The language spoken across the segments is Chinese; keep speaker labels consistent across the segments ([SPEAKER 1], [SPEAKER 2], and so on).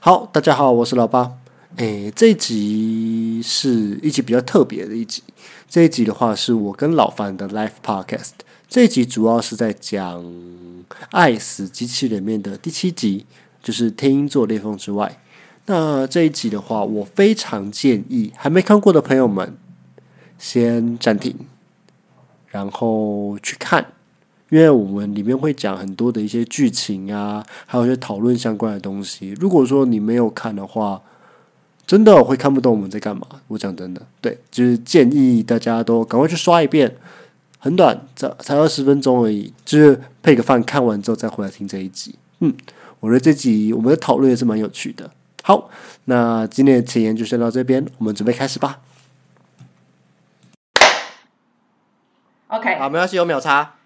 [SPEAKER 1] 好，大家好，我是老八。诶，这一集是一集比较特别的一集。这一集的话，是我跟老樊的 Live Podcast。这一集主要是在讲《爱死机器人》里面的第七集，就是《天鹰座裂缝之外》。那这一集的话，我非常建议还没看过的朋友们先暂停，然后去看。因为我们里面会讲很多的一些剧情啊，还有一些讨论相关的东西。如果说你没有看的话，真的会看不懂我们在干嘛。我讲真的，对，就是建议大家都赶快去刷一遍，很短，才才二十分钟而已，就是配个饭，看完之后再回来听这一集。嗯，我觉得这集我们的讨论也是蛮有趣的。好，那今天的前言就先到这边，我们准备开始吧。
[SPEAKER 2] OK，
[SPEAKER 1] 好，没关系，有秒差。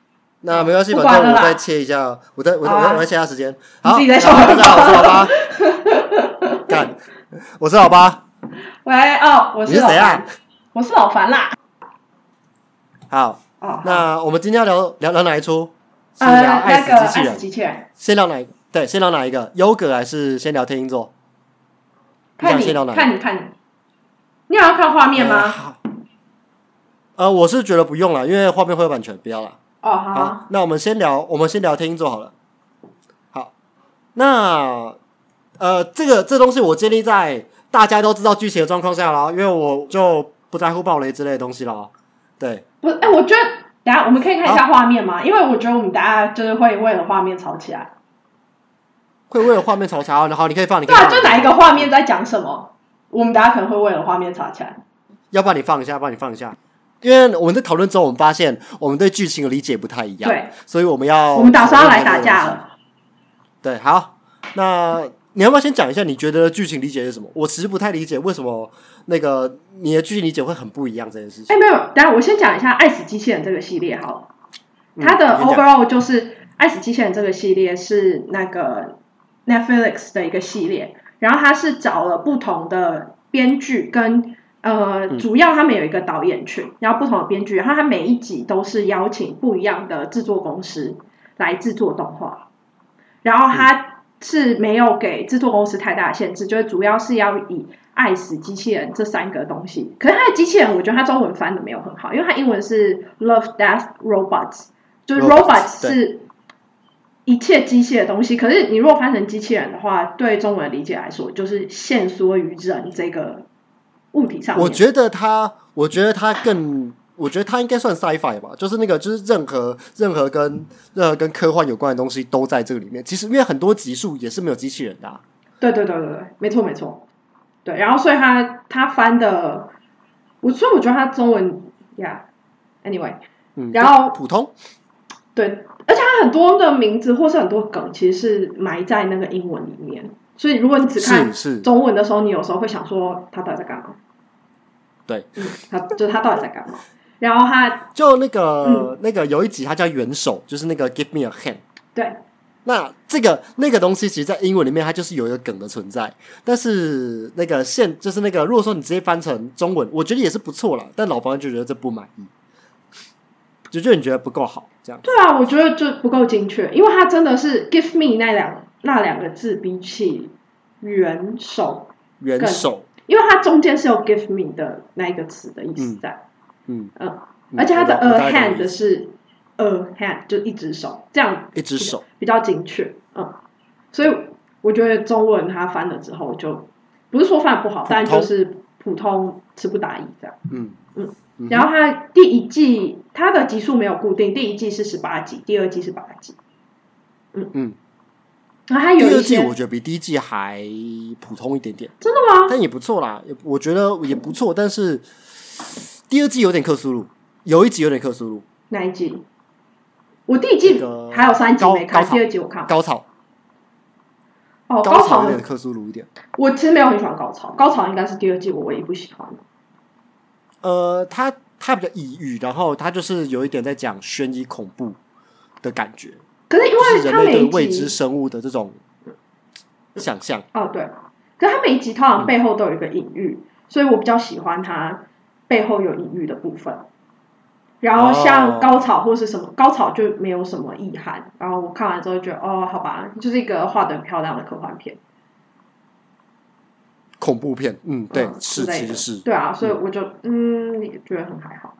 [SPEAKER 1] 那没关系，
[SPEAKER 2] 不
[SPEAKER 1] 反
[SPEAKER 2] 管
[SPEAKER 1] 正我
[SPEAKER 2] 了啦
[SPEAKER 1] 再切一下，哦我再我再
[SPEAKER 2] 好
[SPEAKER 1] 我
[SPEAKER 2] 啊
[SPEAKER 1] 再我再切一下时间。好，
[SPEAKER 2] 自己在说
[SPEAKER 1] 大家好，我是老八。干，我是老八，
[SPEAKER 2] 喂，哦，我
[SPEAKER 1] 你
[SPEAKER 2] 是
[SPEAKER 1] 是
[SPEAKER 2] 老
[SPEAKER 1] 谁
[SPEAKER 2] 樊
[SPEAKER 1] 啊，？
[SPEAKER 2] 我是老樊啦。
[SPEAKER 1] 好，
[SPEAKER 2] 哦，
[SPEAKER 1] 那我们今天要聊聊聊哪一出？先
[SPEAKER 2] 呃，
[SPEAKER 1] 聊《
[SPEAKER 2] 那
[SPEAKER 1] 爱
[SPEAKER 2] 个爱
[SPEAKER 1] 死机器人
[SPEAKER 2] 死》，机器人，
[SPEAKER 1] 先聊哪一？对，先聊哪一个？优格还是先聊天鹰座？你
[SPEAKER 2] 看
[SPEAKER 1] 想
[SPEAKER 2] 你
[SPEAKER 1] 先聊哪一个？
[SPEAKER 2] 看你看你，你有要看画面
[SPEAKER 1] 呃
[SPEAKER 2] 吗？
[SPEAKER 1] 好呃，我是觉得不用了，因为画面会有版权，不要了。
[SPEAKER 2] 哦，好好，
[SPEAKER 1] 好，那我们先聊，我们先聊天音座好了。好，那呃，这个这东西我建立在大家都知道剧情的状况下啦，因为我就不在乎暴雷之类的东西啦。对，
[SPEAKER 2] 不，哎，我觉得等一下我们可以看一下画面吗？因为我觉得我们大家就是会为了画面吵起来。
[SPEAKER 1] 会为了画面吵架，然后你可以放，你可
[SPEAKER 2] 对
[SPEAKER 1] 以
[SPEAKER 2] 啊，
[SPEAKER 1] 放，
[SPEAKER 2] 就哪一个画面在讲什么，我们大家可能会为了画面吵起来。
[SPEAKER 1] 要不然你放一下，要不然你放一下。因为我们在讨论之后，我们发现我们对剧情的理解不太一样，
[SPEAKER 2] 对，
[SPEAKER 1] 所以哦我们要
[SPEAKER 2] 我们打算要来
[SPEAKER 1] 讨
[SPEAKER 2] 打
[SPEAKER 1] 论这个东
[SPEAKER 2] 架
[SPEAKER 1] 西。
[SPEAKER 2] 了。
[SPEAKER 1] 对，好，那你要不要先讲一下你觉得剧情理解是什么？我其实不太理解为什么那个你的剧情理解会很不一样这件事情。
[SPEAKER 2] 哎，没有，等一下我先讲一下《爱死机器人》这个系列好了。它的
[SPEAKER 1] 嗯你先讲
[SPEAKER 2] overall 就是《爱死机器人》这个系列是那个 Netflix 的一个系列，然后它是找了不同的编剧跟呃，
[SPEAKER 1] 嗯
[SPEAKER 2] 主要他们有一个导演群，然后不同的编剧，然后它每一集都是邀请不一样的制作公司来制作动画，然后它是没有给制作公司太大的限制，就是主要是要以。爱死机器人这三个东西，可是它的机器人，我觉得它中文翻的没有很好，因为它英文是 Love Death Robots，就是 robot
[SPEAKER 1] Robots，对
[SPEAKER 2] 是一切机械的东西，可是你如果翻成机器人的话，对中文理解来说，就是限缩于人这个物体上面。
[SPEAKER 1] 我觉得他，我觉得他更，我觉得他应该算 sci-fi 吧，就是那个，就是任何任何跟任何跟科幻有关的东西都在这个里面。其实因为很多集数也是没有机器人的啊、
[SPEAKER 2] 对对对对对，没错没错。对，然后所以他他翻的，我所以我觉得他中文呀、a n y w a y
[SPEAKER 1] 嗯，
[SPEAKER 2] 然后
[SPEAKER 1] 普通，
[SPEAKER 2] 对，而且他很多的名字或是很多梗，其实是埋在那个英文里面，所以如果你只看
[SPEAKER 1] 是是
[SPEAKER 2] 中文的时候，你有时候会想说他到底在干嘛？
[SPEAKER 1] 对，
[SPEAKER 2] 嗯，他就是他到底在干嘛？然后他
[SPEAKER 1] 就那个、那个有一集它叫元首，就是那个 Give me a hand。
[SPEAKER 2] 对
[SPEAKER 1] 那这个那个东西，其实，在英文里面它就是有一个梗的存在，但是那个现就是那个，如果说你直接翻成中文，我觉得也是不错了，但老房就觉得这不满意，就就你觉得不够好，这样
[SPEAKER 2] 对啊，我觉得就不够精确，因为他真的是 “give me” 那两那两个字比起元首，
[SPEAKER 1] 元首，
[SPEAKER 2] 因为它中间是有 “give me” 的那一个词的意思在，
[SPEAKER 1] 嗯，
[SPEAKER 2] 嗯，
[SPEAKER 1] 嗯
[SPEAKER 2] 而且它的
[SPEAKER 1] 我大
[SPEAKER 2] “a
[SPEAKER 1] 我大概懂
[SPEAKER 2] hand” 是 “a hand”，就一只手，这样
[SPEAKER 1] 一只手，
[SPEAKER 2] 比较精确，嗯，所以我觉得中文它翻了之后就不是说翻得不好，但就是普通词不达意这样。
[SPEAKER 1] 嗯
[SPEAKER 2] 嗯
[SPEAKER 1] 嗯
[SPEAKER 2] 然后它第一季它的集数没有固定，第一季是十八集，第二季是八集，
[SPEAKER 1] 嗯，
[SPEAKER 2] 然后它
[SPEAKER 1] 第
[SPEAKER 2] 有
[SPEAKER 1] 二
[SPEAKER 2] 一
[SPEAKER 1] 季
[SPEAKER 2] 些
[SPEAKER 1] 我觉得比第一季还普通一点点，
[SPEAKER 2] 真的吗？
[SPEAKER 1] 但也不错啦，也我觉得也不错，但是第二季有点克苏鲁，有一集有点克苏鲁，
[SPEAKER 2] 哪一季？我第一季
[SPEAKER 1] 那个
[SPEAKER 2] 还有三集没看，
[SPEAKER 1] 高高潮
[SPEAKER 2] 第二集我看了。
[SPEAKER 1] 高潮高
[SPEAKER 2] 哦，高潮
[SPEAKER 1] 有
[SPEAKER 2] 的
[SPEAKER 1] 点克苏鲁一点。
[SPEAKER 2] 我其实没有很喜欢高潮，高潮应该是第二季我唯一不喜欢的。
[SPEAKER 1] 呃，他他比较抑郁，然后他就是有一点在讲悬疑恐怖的感觉，
[SPEAKER 2] 可是因
[SPEAKER 1] 就是
[SPEAKER 2] 为
[SPEAKER 1] 人
[SPEAKER 2] 它
[SPEAKER 1] 类
[SPEAKER 2] 每
[SPEAKER 1] 对
[SPEAKER 2] 一
[SPEAKER 1] 未
[SPEAKER 2] 集
[SPEAKER 1] 知生物的这种想象。
[SPEAKER 2] 哦，对，可是他每一集通常背后都有一个隐喻，所以我比较喜欢他背后有隐喻的部分。然后像
[SPEAKER 1] 哦
[SPEAKER 2] 高潮或是什么、高潮就没有什么意涵，然后我看完之后就觉得哦，好吧，就是一个画的很漂亮的科幻片。
[SPEAKER 1] 恐怖片。嗯，对，
[SPEAKER 2] 嗯
[SPEAKER 1] 是
[SPEAKER 2] 之类
[SPEAKER 1] 其
[SPEAKER 2] 的
[SPEAKER 1] 实是。
[SPEAKER 2] 对啊，所以我就嗯觉得很还好。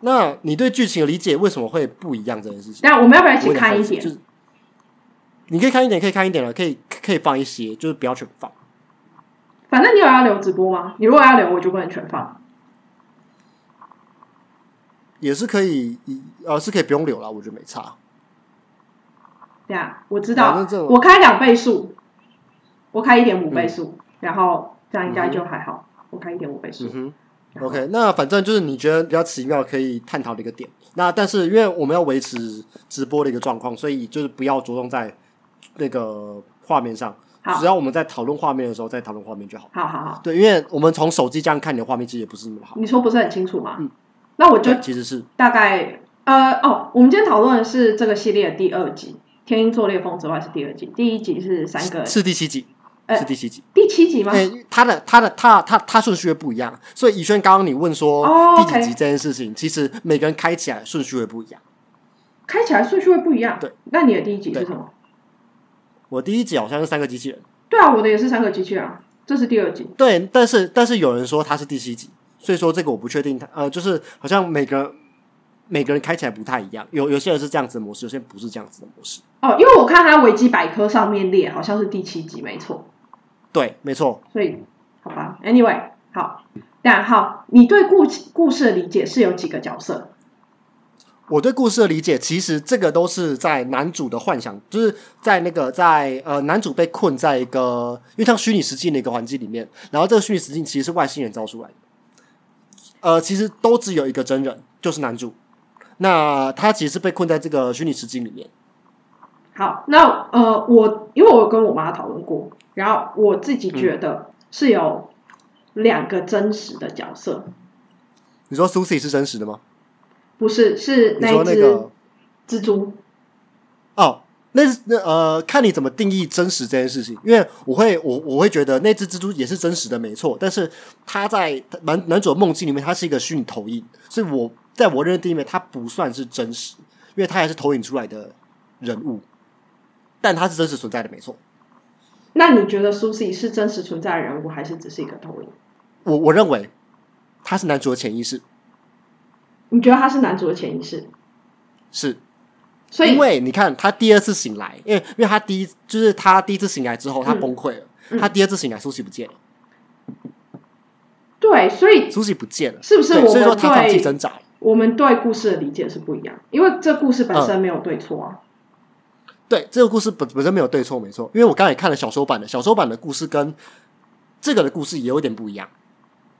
[SPEAKER 1] 那你对剧情的理解为什么会不一样这件事情？
[SPEAKER 2] 但我们要不要一
[SPEAKER 1] 我
[SPEAKER 2] 起
[SPEAKER 1] 有点好
[SPEAKER 2] 看一
[SPEAKER 1] 奇
[SPEAKER 2] 点
[SPEAKER 1] 就？是你可以看一点，可以看一点了，可以可以放一些，就是不要全放。
[SPEAKER 2] 反正你有要留直播吗？你如果要留，我就不能全放。
[SPEAKER 1] 也是可以，呃，是可以不用留了，我觉得没差。
[SPEAKER 2] 对啊，我知
[SPEAKER 1] 反
[SPEAKER 2] 道
[SPEAKER 1] 正这，种嗯
[SPEAKER 2] 我开两倍速，我开一点五倍速，然后这样应该就还好。我开一点五倍速，
[SPEAKER 1] 嗯
[SPEAKER 2] 然
[SPEAKER 1] 哼
[SPEAKER 2] 后
[SPEAKER 1] ，OK，那反正就是你觉得比较奇妙可以探讨的一个点。那但是因为我们要维持直播的一个状况，所以就是不要着重在那个画面上，
[SPEAKER 2] 好
[SPEAKER 1] 只要我们在讨论画面的时候再讨论画面就好。
[SPEAKER 2] 好好好。
[SPEAKER 1] 对，因为我们从手机这样看你的画面，其实也不是那么好。
[SPEAKER 2] 你说不是很清楚吗？
[SPEAKER 1] 嗯
[SPEAKER 2] 那我就
[SPEAKER 1] 其实是
[SPEAKER 2] 大概呃哦，我们今天讨论的是这个系列的第二集《天鹰座裂缝之外》是第二集，第一集是三个
[SPEAKER 1] 是第七集，
[SPEAKER 2] 呃
[SPEAKER 1] 是第七集。
[SPEAKER 2] 第七集吗？
[SPEAKER 1] 哎、他的他的他他他顺序会不一样，所以以轩刚刚你问说
[SPEAKER 2] 哦
[SPEAKER 1] 第几
[SPEAKER 2] OK
[SPEAKER 1] 集这件事情，其实每个人开起来顺序会不一样。
[SPEAKER 2] 开起来顺序会不一样。
[SPEAKER 1] 对，
[SPEAKER 2] 那你的第一集
[SPEAKER 1] 对
[SPEAKER 2] 是什么？
[SPEAKER 1] 我第一集好像是三个机器人，
[SPEAKER 2] 对啊，我的也是三个机器人啊，这是第二集。
[SPEAKER 1] 对，但是但是有人说它是第七集，所以说这个我不确定它。呃，就是好像每个每个人开起来不太一样，有有些人是这样子的模式，有些人不是这样子的模式。
[SPEAKER 2] 哦，因为我看它维基百科上面列好像是第七集，没错。
[SPEAKER 1] 对，没错。
[SPEAKER 2] 所以好吧，Anyway，好，那好，你对故故事的理解是有几个角色？
[SPEAKER 1] 我对故事的理解，其实这个都是在男主的幻想，就是在那个在呃男主被困在一个因为像虚拟实境的一个环境里面，然后这个虚拟实境其实是外星人造出来的，呃，其实都只有一个真人，就是男主。那他其实是被困在这个虚拟实境里面。
[SPEAKER 2] 好，那呃，我因为我有跟我妈讨论过，然后我自己觉得是有两个真实的角色，
[SPEAKER 1] 你说 Susie 是真实的吗？
[SPEAKER 2] 不是是
[SPEAKER 1] 你
[SPEAKER 2] 那
[SPEAKER 1] 说
[SPEAKER 2] 一
[SPEAKER 1] 那
[SPEAKER 2] 只
[SPEAKER 1] 个
[SPEAKER 2] 蜘蛛。
[SPEAKER 1] 哦，那是那呃，看你怎么定义真实这件事情。因为我会我我会觉得那只蜘蛛也是真实的，没错。但是它在男男主的梦境里面，它是一个虚拟投影，所以我在我认定里面，它不算是真实，因为它还是投影出来的人物，但它是真实存在的，没错。
[SPEAKER 2] 那你觉得 Susie 是真实存在的人物，还是只是一个投影？
[SPEAKER 1] 我我认为它是男主的潜意识，
[SPEAKER 2] 你觉得他是男主的潜意识？
[SPEAKER 1] 是
[SPEAKER 2] 所以
[SPEAKER 1] 因为你看他第二次醒来，因为因为他第一就是他第一次醒来之后，他
[SPEAKER 2] 嗯
[SPEAKER 1] 崩溃了。
[SPEAKER 2] 嗯
[SPEAKER 1] 他第二次醒来，苏西不见了，
[SPEAKER 2] 对，所以
[SPEAKER 1] 苏西不见了，
[SPEAKER 2] 是不是
[SPEAKER 1] 对
[SPEAKER 2] 我
[SPEAKER 1] 所以说
[SPEAKER 2] 们
[SPEAKER 1] 他放弃
[SPEAKER 2] 对
[SPEAKER 1] 挣扎了。
[SPEAKER 2] 我们对故事的理解是不一样？因为这故事本
[SPEAKER 1] 嗯
[SPEAKER 2] 身没有对错啊。
[SPEAKER 1] 对，这个故事本本身没有对错，没错。因为我刚才也看了小说版的，小说版的故事跟这个的故事也有点不一样。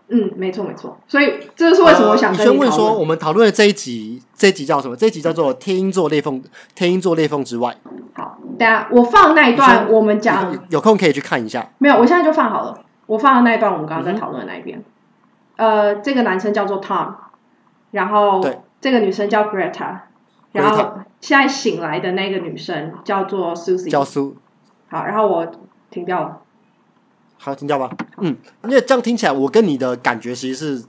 [SPEAKER 2] 嗯，没错没错。所以这就是为什么我想
[SPEAKER 1] 呃
[SPEAKER 2] 跟
[SPEAKER 1] 轩
[SPEAKER 2] 你
[SPEAKER 1] 问
[SPEAKER 2] 讨
[SPEAKER 1] 说，
[SPEAKER 2] 论。
[SPEAKER 1] 我们讨论的这一集，这一集叫什么？这一集叫做《天鹰座裂缝》，天鹰座裂缝之外，
[SPEAKER 2] 好，等下我放那一
[SPEAKER 1] 你
[SPEAKER 2] 段，
[SPEAKER 1] 说
[SPEAKER 2] 我们讲
[SPEAKER 1] 有有空可以去看一下。
[SPEAKER 2] 没有，我现在就放好了。我放的那一段，我们刚刚在讨论的那一边。呃，这个男生叫做 Tom，然
[SPEAKER 1] 嗯
[SPEAKER 2] 后
[SPEAKER 1] 对
[SPEAKER 2] 这个女生叫 Greta，然后现在醒来的那个女生叫做 Susie。
[SPEAKER 1] 叫苏，
[SPEAKER 2] 好，然后我停掉了。
[SPEAKER 1] 好，听到吧？嗯，因为这样听起来，我跟你的感觉其实是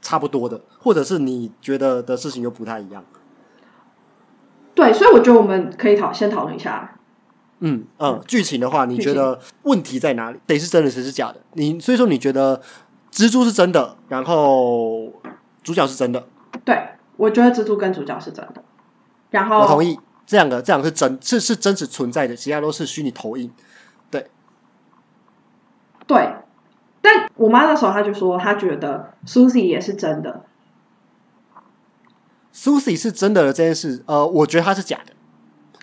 [SPEAKER 1] 差不多的，或者是你觉得的事情又不太一样。
[SPEAKER 2] 对，所以我觉得我们可以讨先讨论一下。
[SPEAKER 1] 嗯嗯，剧情的话，你
[SPEAKER 2] 剧
[SPEAKER 1] 觉
[SPEAKER 2] 情
[SPEAKER 1] 得问题在哪里？谁是真的，谁是假的？你所以说你觉得蜘蛛是真的，然后主角是真的，
[SPEAKER 2] 对，我觉得蜘蛛跟主角是真的。然
[SPEAKER 1] 我同
[SPEAKER 2] 后
[SPEAKER 1] 意。这两个这两个是真，是是真实存在的，其他都是虚拟投影。
[SPEAKER 2] 对，但我妈那时候她就说，她觉得 Susie 也是真的。
[SPEAKER 1] Susie 是真的的这件事，呃，我觉得她是假的，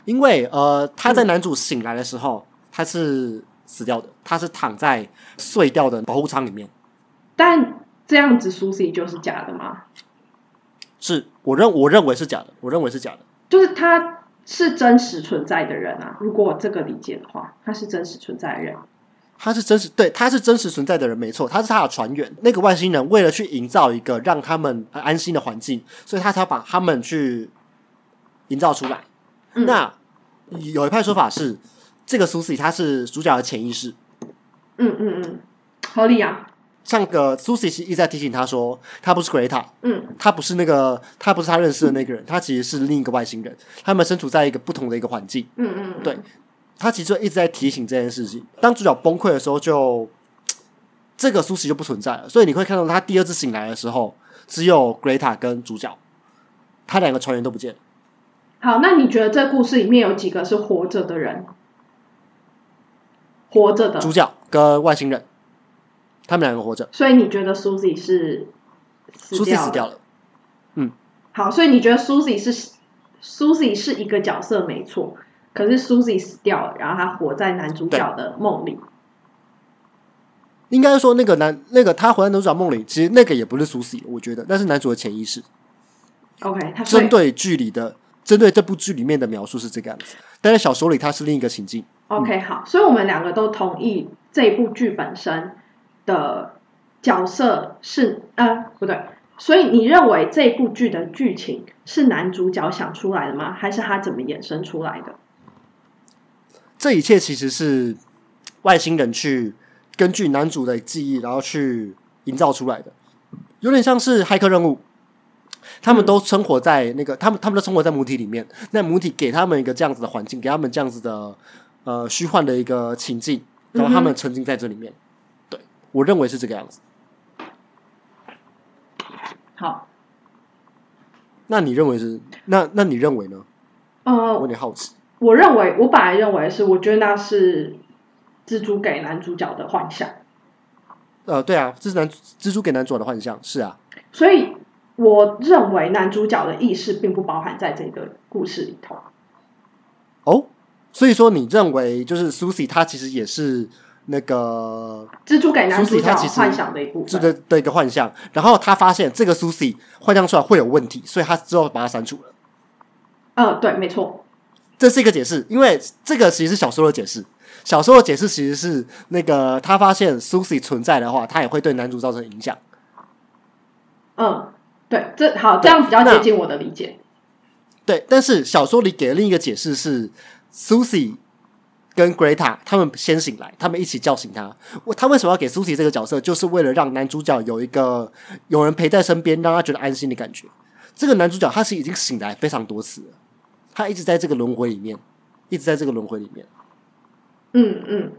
[SPEAKER 1] 因为呃，她在男主醒来的时候，她是死掉的，她是躺在碎掉的保护舱里面。
[SPEAKER 2] 但这样子 Susie 就是假的吗？
[SPEAKER 1] 是我认我认为是假的，我认为是假的。
[SPEAKER 2] 就是他是真实存在的人啊。如果这个理解的话，他是真实存在的人。
[SPEAKER 1] 他是真实，对，他是真实存在的人，没错，他是他的船员。那个外星人为了去营造一个让他们呃安心的环境，所以他才把他们去营造出来。
[SPEAKER 2] 嗯
[SPEAKER 1] 那有一派说法是，这个苏西他是主角的潜意识，
[SPEAKER 2] 嗯嗯嗯，合理啊。
[SPEAKER 1] 像个苏西一直在提醒他说，他不是 Greta，
[SPEAKER 2] 嗯
[SPEAKER 1] 他不是那个，他不是他认识的那个人，他其实是另一个外星人，他们身处在一个不同的一个环境。
[SPEAKER 2] 嗯嗯，嗯
[SPEAKER 1] 对，他其实一直在提醒这件事情。当主角崩溃的时候就，这个苏西就不存在了，所以你会看到他第二次醒来的时候，只有 Greta 跟主角，他两个船员都不见了。
[SPEAKER 2] 好，那你觉得这故事里面有几个是活着的人？活着的，
[SPEAKER 1] 主角跟外星人，他们两个活着，
[SPEAKER 2] 所以你觉得 Susie 是死
[SPEAKER 1] 苏西
[SPEAKER 2] 掉
[SPEAKER 1] 死掉
[SPEAKER 2] 了？
[SPEAKER 1] 了。
[SPEAKER 2] 好，所以你觉得 Susie 是 Susie 是一个角色没错，可是 Susie 死掉了，然后她活在男主角的梦里。
[SPEAKER 1] 应该说那个男那个他回到男主角梦里，其实那个也不是苏西，我觉得那是男主的潜意识。
[SPEAKER 2] OK，他所以
[SPEAKER 1] 针对剧里的针对这部剧里面的描述是这个样子，但在小说里它是另一个情境。
[SPEAKER 2] OK 好，所以我们两个都同意这部剧本身的角色是呃不对，所以你认为这部剧的剧情是男主角想出来的吗？还是他怎么衍生出来的？
[SPEAKER 1] 这一切其实是外星人去根据男主的记忆，然后去营造出来的，有点像是骇客任务。他们都生活在那个，他们他们都生活在母体里面。那母体给他们一个这样子的环境，给他们这样子的呃虚幻的一个情境，然后他们沉浸在这里面。对我认为是这个样子。
[SPEAKER 2] 好，
[SPEAKER 1] 那你认为是？那那你认为呢？我有
[SPEAKER 2] 呃，
[SPEAKER 1] 点好奇。
[SPEAKER 2] 我认为我本来认为是，我觉得那是蜘蛛给男主角的幻想，
[SPEAKER 1] 呃，对啊，这是男蜘蛛给男主角的幻象，是啊，
[SPEAKER 2] 所以我认为男主角的意识并不包含在这个故事里头。
[SPEAKER 1] 哦，所以说你认为就是 Susie 她其实也是那个
[SPEAKER 2] 蜘蛛给男主
[SPEAKER 1] Susie
[SPEAKER 2] 角
[SPEAKER 1] 他其实
[SPEAKER 2] 幻想的一部
[SPEAKER 1] 这
[SPEAKER 2] 分，
[SPEAKER 1] 个的一个幻象，然后她发现这个 Susie 幻象出来会有问题，所以她之后把它删除了。
[SPEAKER 2] 呃，对，没错。
[SPEAKER 1] 这是一个解释，因为这个其实是小说的解释。小说的解释其实是那个她发现 Susie 存在的话，她也会对男主造成影响。
[SPEAKER 2] 嗯，对，这好，这样比较接近我的理解。
[SPEAKER 1] 对，但是小说里给的另一个解释是，Susie 跟 Greta 他们先醒来，他们一起叫醒他。我他为什么要给 Susie 这个角色，就是为了让男主角有一个有人陪在身边，让他觉得安心的感觉。这个男主角他是已经醒来非常多次了，他一直在这个轮回里面，一直在这个轮回里面。
[SPEAKER 2] 嗯嗯，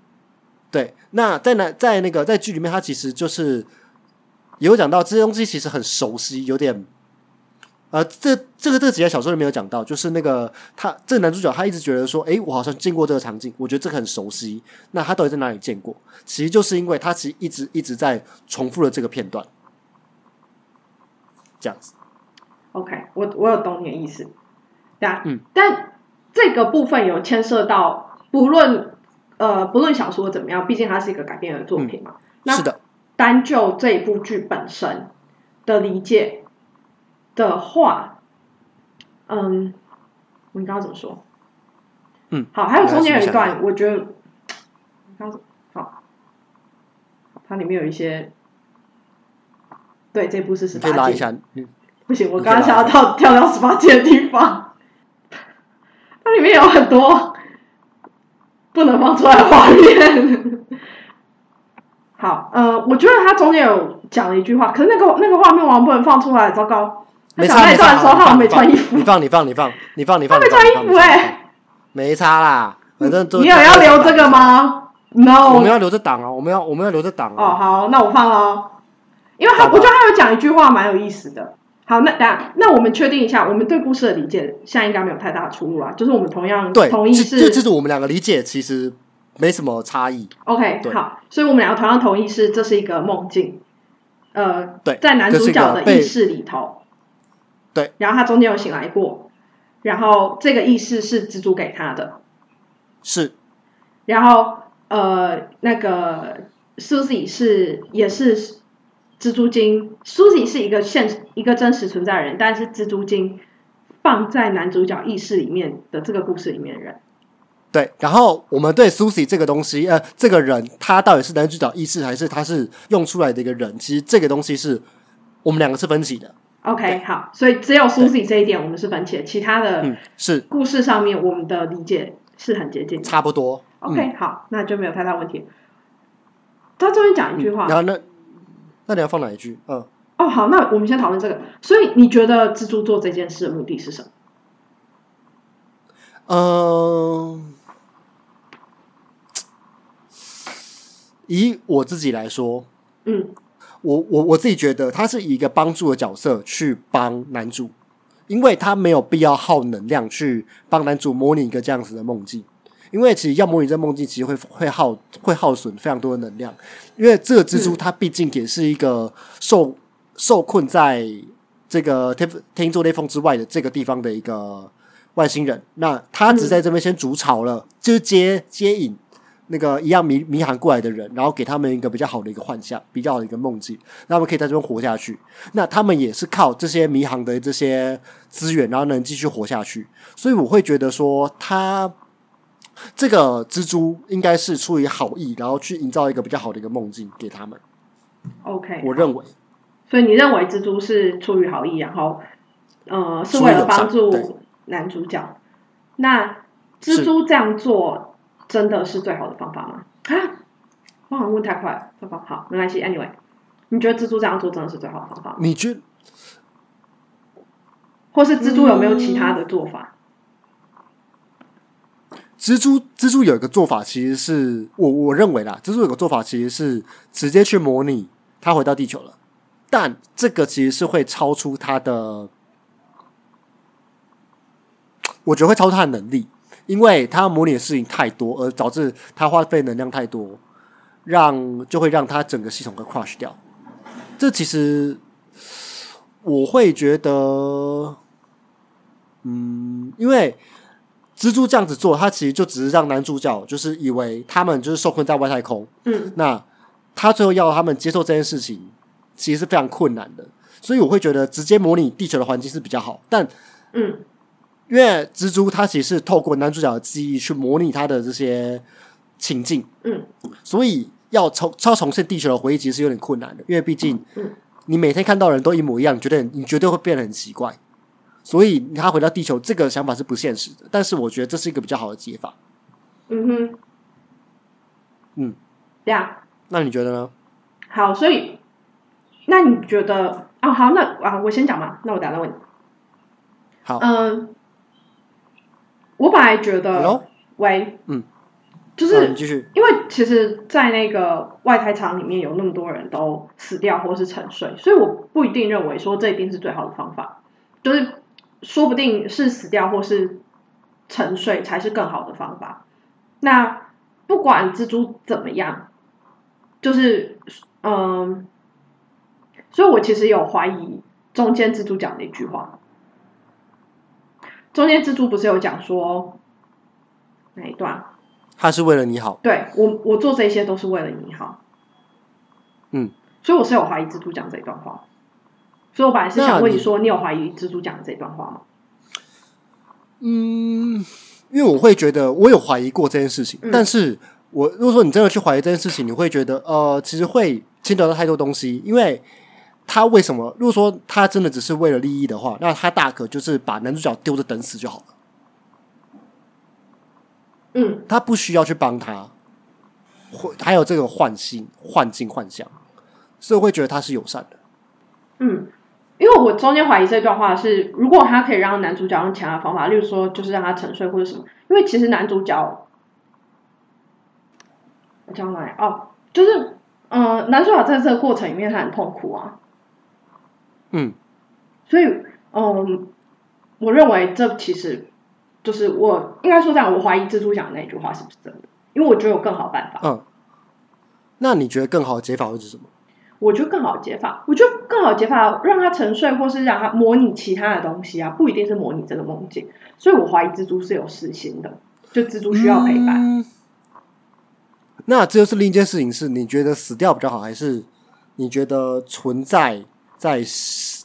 [SPEAKER 1] 对，那在那在那个在剧里面，他其实就是有讲到这些东西，其实很熟悉，有点呃，这这个这几个小说里面有讲到，就是那个他这个男主角他一直觉得说，诶，我好像见过这个场景，我觉得这个很熟悉，那他到底在哪里见过？其实就是因为他其实一直一直在重复了这个片段，这样子。
[SPEAKER 2] OK，我我有懂你的意思，对啊，
[SPEAKER 1] 嗯，
[SPEAKER 2] 但这个部分有牵涉到，不论呃不论小说怎么样，毕竟它是一个改编的作品嘛。那
[SPEAKER 1] 是的，
[SPEAKER 2] 单就这一部剧本身的理解的话，嗯，我应该要怎么说？
[SPEAKER 1] 嗯，
[SPEAKER 2] 好，还有
[SPEAKER 1] 你还
[SPEAKER 2] 中间有一
[SPEAKER 1] 是没想
[SPEAKER 2] 段，我觉得，刚刚好，它里面有一些，对，这部是十
[SPEAKER 1] 你
[SPEAKER 2] 八
[SPEAKER 1] 可以
[SPEAKER 2] 禁，
[SPEAKER 1] 拉一下，你
[SPEAKER 2] 不行，我
[SPEAKER 1] 你
[SPEAKER 2] 刚刚
[SPEAKER 1] 可以
[SPEAKER 2] 想
[SPEAKER 1] 拉
[SPEAKER 2] 要到跳到十八禁的地方，它里面有很多不能放出来的画面。好，呃，我觉得它中间有讲了一句话，可是那个那个画面我好像不能放出来，糟糕！他
[SPEAKER 1] 没
[SPEAKER 2] 讲
[SPEAKER 1] 差
[SPEAKER 2] 那
[SPEAKER 1] 没
[SPEAKER 2] 一段
[SPEAKER 1] 差，
[SPEAKER 2] 的时候，
[SPEAKER 1] 好
[SPEAKER 2] 他好像
[SPEAKER 1] 你
[SPEAKER 2] 没
[SPEAKER 1] 放
[SPEAKER 2] 穿衣服
[SPEAKER 1] 你，放你放你放你放你
[SPEAKER 2] 他
[SPEAKER 1] 放，
[SPEAKER 2] 没穿衣
[SPEAKER 1] 你放
[SPEAKER 2] 服哎、，
[SPEAKER 1] 没差啦，反正都
[SPEAKER 2] 嗯你有要留这个吗？No，
[SPEAKER 1] 我们要留着档啊，我们要我们要留着档
[SPEAKER 2] 哦，
[SPEAKER 1] 啊。
[SPEAKER 2] 好，那我放喽。因为他，
[SPEAKER 1] 好吧
[SPEAKER 2] 我觉得他有讲一句话蛮有意思的。好，那等下，那我们确定一下，我们对故事的理解现在应该没有太大的出入啦，就是我们同样
[SPEAKER 1] 对，
[SPEAKER 2] 同意
[SPEAKER 1] 这这这
[SPEAKER 2] 是
[SPEAKER 1] 是我们两个理解其实没什么差异。
[SPEAKER 2] OK，
[SPEAKER 1] 对
[SPEAKER 2] 好，所以我们两个同样同意是这是一个梦境，呃，
[SPEAKER 1] 对
[SPEAKER 2] 在男
[SPEAKER 1] 这
[SPEAKER 2] 主
[SPEAKER 1] 是一
[SPEAKER 2] 角
[SPEAKER 1] 个
[SPEAKER 2] 的
[SPEAKER 1] 被
[SPEAKER 2] 意识里头，
[SPEAKER 1] 对，
[SPEAKER 2] 然后他中间有醒来过，然后这个意识是蜘蛛给他的，
[SPEAKER 1] 是
[SPEAKER 2] 然后呃，那个 Susie 是也是蜘蛛精，Susie 是一个现一个真实存在的人，但是蜘蛛精放在男主角意识里面的这个故事里面的人，
[SPEAKER 1] 对，然后我们对 Susie 这个东西，呃，这个人他到底是男主角意识，还是他是用出来的一个人？其实这个东西是我们两个是分歧的。
[SPEAKER 2] OK，好，所以只有 Susie 这一点我们是分歧的，其他
[SPEAKER 1] 嗯
[SPEAKER 2] 的，
[SPEAKER 1] 是
[SPEAKER 2] 故事上面我们的理解是很接近的。
[SPEAKER 1] 差不多。嗯
[SPEAKER 2] OK，好，那就没有太大问题。他这边讲一句话
[SPEAKER 1] 嗯然，后那那你要放哪一句？嗯，
[SPEAKER 2] 哦，好，那我们先讨论这个。所以你觉得蜘蛛做这件事的目的是什么？
[SPEAKER 1] 呃，以我自己来说，
[SPEAKER 2] 嗯
[SPEAKER 1] 我我我自己觉得他是以一个帮助的角色去帮男主，因为他没有必要耗能量去帮男主模拟一个这样子的梦境，因为其实要模拟这梦境，其实会会耗会耗损非常多的能量，因为这个蜘蛛它毕竟也是一个受受困在这个天天座裂缝之外的这个地方的一个外星人，那他只在这边先筑巢了，就是接接引那个一样迷迷航过来的人，然后给他们一个比较好的一个幻象，比较好的一个梦境，让他们可以在这边活下去。那他们也是靠这些迷航的这些资源，然后能继续活下去。所以我会觉得说，他这个蜘蛛应该是出于好意，然后去营造一个比较好的一个梦境给他们。
[SPEAKER 2] ，OK。
[SPEAKER 1] 我认为，
[SPEAKER 2] 所以你认为蜘蛛是出于好意，然后呃是为了帮
[SPEAKER 1] 出于友善
[SPEAKER 2] 助男主角？那蜘蛛这样做真的是最好的方法吗？啊，我好像问太快了，方法好没关系。Anyway，你觉得蜘蛛这样做真的是最好的方法吗？
[SPEAKER 1] 你觉
[SPEAKER 2] 或是蜘蛛有没有其他的做法？
[SPEAKER 1] 蜘蛛蜘蛛有一个做法，其实是我我认为啦，蜘蛛有个做法其实是直接去模拟它回到地球了，但这个其实是会超出它的，我觉得会超出它的能力，因为它模拟的事情太多，而导致它花费能量太多，让就会让它整个系统给 crush 掉。这其实我会觉得，嗯，因为。蜘蛛这样子做，他其实就只是让男主角就是以为他们就是受困在外太空，
[SPEAKER 2] 嗯
[SPEAKER 1] 那他最后要他们接受这件事情，其实是非常困难的。所以我会觉得直接模拟地球的环境是比较好，但
[SPEAKER 2] 嗯
[SPEAKER 1] 因为蜘蛛它其实是透过男主角的记忆去模拟他的这些情境，
[SPEAKER 2] 嗯
[SPEAKER 1] 所以要重超重现地球的回忆其实是有点困难的，因为毕竟
[SPEAKER 2] 嗯
[SPEAKER 1] 你每天看到的人都一模一样，你觉得很你绝对会变得很奇怪。所以他回到地球这个想法是不现实的，但是我觉得这是一个比较好的解法。
[SPEAKER 2] 嗯哼，
[SPEAKER 1] 嗯，
[SPEAKER 2] 这样
[SPEAKER 1] 那你觉得呢？
[SPEAKER 2] 好。所以，那你觉得啊、好，那啊，我先讲嘛，那我打断问你。
[SPEAKER 1] 好，
[SPEAKER 2] 嗯，我本来觉
[SPEAKER 1] 哎
[SPEAKER 2] 得
[SPEAKER 1] 呦，
[SPEAKER 2] 喂，
[SPEAKER 1] 嗯，
[SPEAKER 2] 呃就
[SPEAKER 1] 那你
[SPEAKER 2] 是
[SPEAKER 1] 继续。
[SPEAKER 2] 因为其实，在那个外太场里面有那么多人都死掉或是沉睡，所以我不一定认为说这一定是最好的方法，就是说不定是死掉或是沉睡才是更好的方法。那不管蜘蛛怎么样，就是嗯，所以我其实有怀疑中间蜘蛛讲的一句话，中间蜘蛛不是有讲说哪一段？
[SPEAKER 1] 他是为了你好，
[SPEAKER 2] 对我，我做这些都是为了你好。
[SPEAKER 1] 嗯，
[SPEAKER 2] 所以我是有怀疑蜘蛛讲这段话，所以我本来是想问你说，你有怀疑蜘蛛讲的这段话吗？
[SPEAKER 1] 嗯，因为我会觉得我有怀疑过这件事情，
[SPEAKER 2] 嗯
[SPEAKER 1] 但是我如果说你真的去怀疑这件事情，你会觉得呃，其实会牵扯到太多东西，因为他为什么？如果说他真的只是为了利益的话，那他大可就是把男主角丢着等死就好了，
[SPEAKER 2] 嗯
[SPEAKER 1] 他不需要去帮他，或还有这个幻心、幻境、幻想，所以我会觉得他是友善的。
[SPEAKER 2] 嗯，因为我中间怀疑这段话是，如果他可以让男主角用其他的方法，例如说就是让他沉睡或者什么，因为其实男主角，我讲哪里？哦，就是嗯、呃男主角在这个过程里面他很痛苦啊，
[SPEAKER 1] 嗯，
[SPEAKER 2] 所以，嗯，我认为这其实就是我应该说这样，我怀疑蜘蛛讲的那句话是不是真的，因为我觉得有更好办法，
[SPEAKER 1] 嗯，那你觉得更好的解法会是什么？
[SPEAKER 2] 我觉得更好的解法，我觉得更好的解法让他沉睡，或是让他模拟其他的东西啊，不一定是模拟这个梦境，所以我怀疑蜘蛛是有私心的，就蜘蛛需要陪伴。
[SPEAKER 1] 嗯那这就是另一件事情，是你觉得死掉比较好，还是你觉得存在在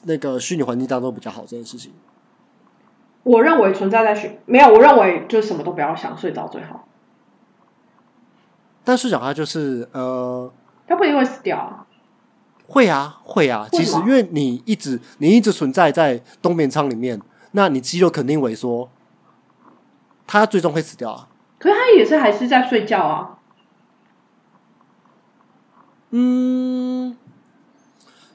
[SPEAKER 1] 那个虚拟环境当中比较好这件事情？
[SPEAKER 2] 我认为存在在学没有，我认为就什么都不要想，睡着最好。
[SPEAKER 1] 但是讲它就是呃，
[SPEAKER 2] 他不一定会死掉啊。
[SPEAKER 1] 会啊，会啊。
[SPEAKER 2] 为
[SPEAKER 1] 其实
[SPEAKER 2] 什么
[SPEAKER 1] 因为你一直你一直存在在冬眠舱里面，那你肌肉肯定萎缩，它最终会死掉啊。
[SPEAKER 2] 可是他也是还是在睡觉啊。
[SPEAKER 1] 嗯，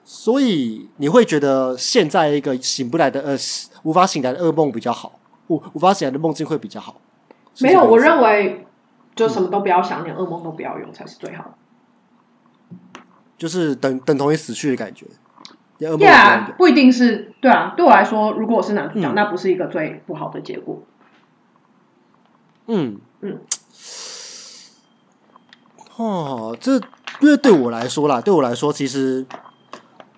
[SPEAKER 1] 所以你会觉得现在一个醒不来的呃无法醒来的噩梦比较好，无无法醒来的梦境会比较好。
[SPEAKER 2] 没有，我认
[SPEAKER 1] 为
[SPEAKER 2] 为就什么都不要想，连噩梦都不要有才是最好的。
[SPEAKER 1] 就是等等同于死去的感觉。也噩梦也一样
[SPEAKER 2] Yeah，
[SPEAKER 1] 的
[SPEAKER 2] 不一定是对啊。对我来说，如果我是男主角，那不是一个最不好的结果。
[SPEAKER 1] 嗯
[SPEAKER 2] 嗯。
[SPEAKER 1] 哦，这因为对我来说啦，对我来说，其实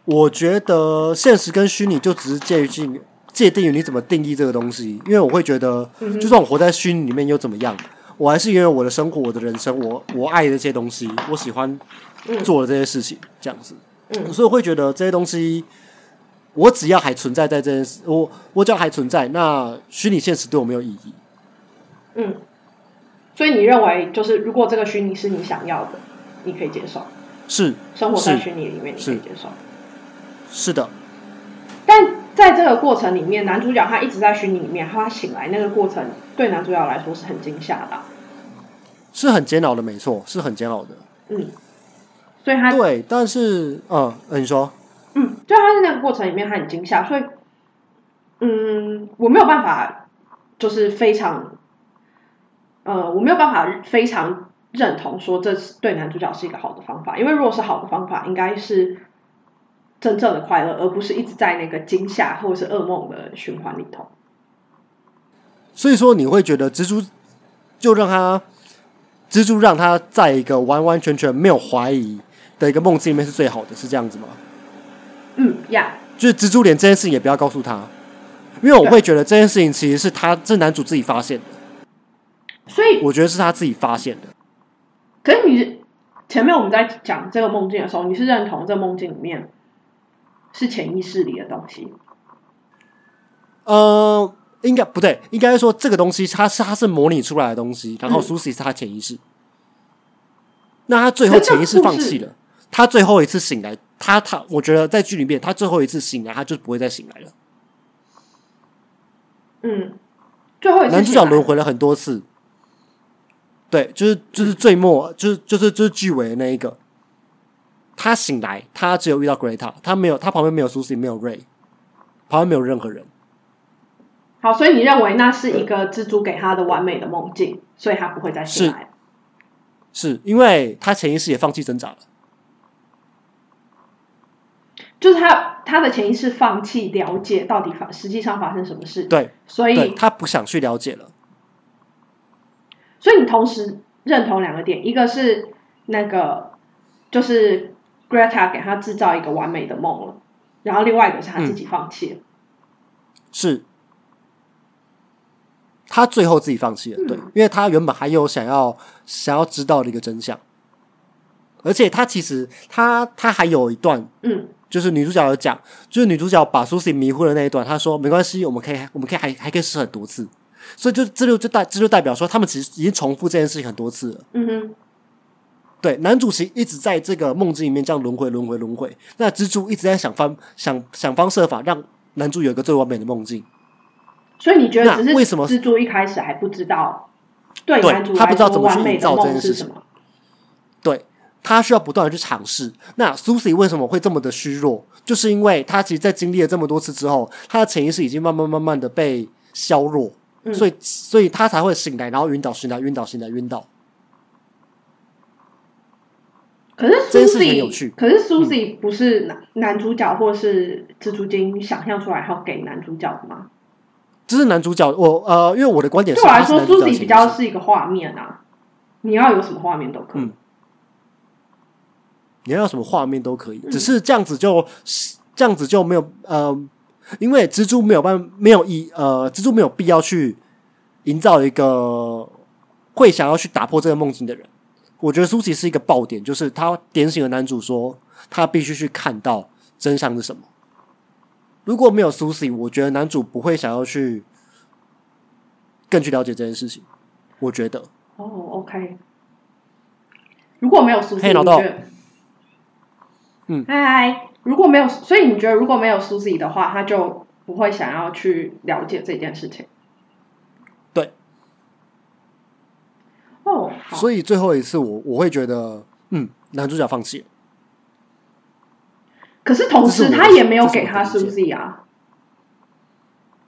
[SPEAKER 1] 我觉得现实跟虚拟就只是界于定界定于你怎么定义这个东西。因为我会觉得，
[SPEAKER 2] 嗯
[SPEAKER 1] 就算我活在虚拟里面又怎么样？我还是拥有我的生活，我的人生，我我爱的这些东西，我喜欢
[SPEAKER 2] 嗯
[SPEAKER 1] 做的这些事情，这样子。
[SPEAKER 2] 嗯
[SPEAKER 1] 所以我会觉得这些东西，我只要还存在在这件事，我我只要还存在，那虚拟现实对我没有意义。
[SPEAKER 2] 嗯，所以你认为，就是如果这个虚拟是你想要的，你可以接受，
[SPEAKER 1] 是
[SPEAKER 2] 生活在
[SPEAKER 1] 是
[SPEAKER 2] 虚拟里面你可以
[SPEAKER 1] 是
[SPEAKER 2] 接受。
[SPEAKER 1] 是的，
[SPEAKER 2] 但在这个过程里面，男主角他一直在虚拟里面，他醒来那个过程对男主角来说是很惊吓的啊、
[SPEAKER 1] 是很煎熬的，没错，是很煎熬的。
[SPEAKER 2] 嗯，所以他
[SPEAKER 1] 对，但是，嗯，呃你说，
[SPEAKER 2] 嗯，就他在那个过程里面，他很惊吓，所以，嗯，我没有办法，就是非常，呃，我没有办法非常认同说这是对男主角是一个好的方法，因为如果是好的方法，应该是真正的快乐，而不是一直在那个惊吓或者是噩梦的循环里头。
[SPEAKER 1] 所以说你会觉得蜘蛛就让他蜘蛛让他在一个完完全全没有怀疑的一个梦境里面是最好的，是这样子吗？
[SPEAKER 2] 嗯呀
[SPEAKER 1] 就是蜘蛛连这件事情也不要告诉他，因为我会觉得这件事情其实是他是男主自己发现的，
[SPEAKER 2] 所以
[SPEAKER 1] 我觉得是他自己发现的。
[SPEAKER 2] 可是你前面我们在讲这个梦境的时候，你是认同这个梦境里面是潜意识里的东西，
[SPEAKER 1] 呃，应该不对，应该说这个东西它是它是模拟出来的东西，然后
[SPEAKER 2] 嗯
[SPEAKER 1] Susie 是他潜意识。那他最后潜意识放弃了，他最后一次醒来，他他我觉得在剧里面，他最后一次醒来，他就不会再醒来了。
[SPEAKER 2] 嗯，最后一次
[SPEAKER 1] 男主
[SPEAKER 2] 醒
[SPEAKER 1] 角
[SPEAKER 2] 来
[SPEAKER 1] 轮回了很多次，对，就是就是最末，就是就是就是剧尾的那一个。他醒来，他只有遇到 Greta，他没有，他旁边没有 Susie，没有 Ray，旁边没有任何人。
[SPEAKER 2] 好，所以你认为那是一个蜘蛛给他的完美的梦境，所以他不会再醒来。
[SPEAKER 1] 是因为他潜意识也放弃挣扎了。
[SPEAKER 2] 就是他他的潜意识放弃了解到底发实际上发生什么事，
[SPEAKER 1] 对，
[SPEAKER 2] 所
[SPEAKER 1] 对
[SPEAKER 2] 以
[SPEAKER 1] 他不想去了解了。
[SPEAKER 2] 所以你同时认同两个点，一个是那个就是 Greta 给他制造一个完美的梦了，然后另外一个是他自己放弃了。
[SPEAKER 1] 是他最后自己放弃了，
[SPEAKER 2] 嗯
[SPEAKER 1] 对，因为他原本还有想要想要知道的一个真相，而且他其实他他还有一段，
[SPEAKER 2] 嗯
[SPEAKER 1] 就是女主角有讲，就是女主角把 Susie 迷糊的那一段，她说没关系，我们可以我们可以还还可以试很多次，所以就这就就代这就代表说他们其实已经重复这件事情很多次了。
[SPEAKER 2] 嗯哼，
[SPEAKER 1] 对，男主其实一直在这个梦境里面这样轮回、轮回、轮回。那蜘蛛一直在想方想想方设法让男主有一个最完美的梦境，
[SPEAKER 2] 所以你觉得
[SPEAKER 1] 那
[SPEAKER 2] 只是
[SPEAKER 1] 为什么
[SPEAKER 2] 蜘蛛一开始还不知道对
[SPEAKER 1] 对
[SPEAKER 2] 男主
[SPEAKER 1] 他不
[SPEAKER 2] 来
[SPEAKER 1] 知道
[SPEAKER 2] 说
[SPEAKER 1] 怎么去
[SPEAKER 2] 完美
[SPEAKER 1] 营造
[SPEAKER 2] 的
[SPEAKER 1] 这
[SPEAKER 2] 梦
[SPEAKER 1] 件
[SPEAKER 2] 是
[SPEAKER 1] 事
[SPEAKER 2] 什
[SPEAKER 1] 情
[SPEAKER 2] 么？
[SPEAKER 1] 对他需要不断的去尝试。那 Susie 为什么会这么的虚弱？就是因为他其实，在经历了这么多次之后，他的潜意识已经慢慢慢慢的被削弱，
[SPEAKER 2] 嗯
[SPEAKER 1] 所以所以他才会醒来，然后晕倒、醒来、晕倒、醒来、晕倒。
[SPEAKER 2] 可是
[SPEAKER 1] 这件事情很
[SPEAKER 2] Susie，
[SPEAKER 1] 有趣嗯
[SPEAKER 2] 可是 Susie 不是男男主角或是蜘蛛精想象出来要给男主角的吗？
[SPEAKER 1] 这是男主角，我呃，因为我的观点
[SPEAKER 2] 对
[SPEAKER 1] 是，
[SPEAKER 2] 我来
[SPEAKER 1] 他是
[SPEAKER 2] 说
[SPEAKER 1] 男主角的
[SPEAKER 2] ，Susie
[SPEAKER 1] 潜
[SPEAKER 2] 比
[SPEAKER 1] 意
[SPEAKER 2] 较
[SPEAKER 1] 识。
[SPEAKER 2] 是一个画面啊，你要有什么画面都可以。
[SPEAKER 1] 嗯你要有什么画面都可以，只是这样子就这样子就没有呃，因为蜘蛛没有办没有意呃，蜘蛛没有必要去营造一个会想要去打破这个梦境的人。我觉得苏琪是一个爆点，就是他点醒了男主说他必须去看到真相是什么。如果没有苏西，我觉得男主不会想要去更去了解这件事情。我觉得，
[SPEAKER 2] 哦，OK。如果没有 Susie，
[SPEAKER 1] 嘿
[SPEAKER 2] 你
[SPEAKER 1] 老
[SPEAKER 2] 觉
[SPEAKER 1] 豆
[SPEAKER 2] 得？
[SPEAKER 1] 嗯
[SPEAKER 2] 嗨，如果没有，所以你觉得如果没有 Susie 的话，他就不会想要去了解这件事情。
[SPEAKER 1] 对，
[SPEAKER 2] 哦，好。
[SPEAKER 1] 所以最后一次我我会觉得，嗯，男主角放弃了。
[SPEAKER 2] 可是同时
[SPEAKER 1] 这是我
[SPEAKER 2] 他也没有给他
[SPEAKER 1] 这是我的理
[SPEAKER 2] Susie 啊，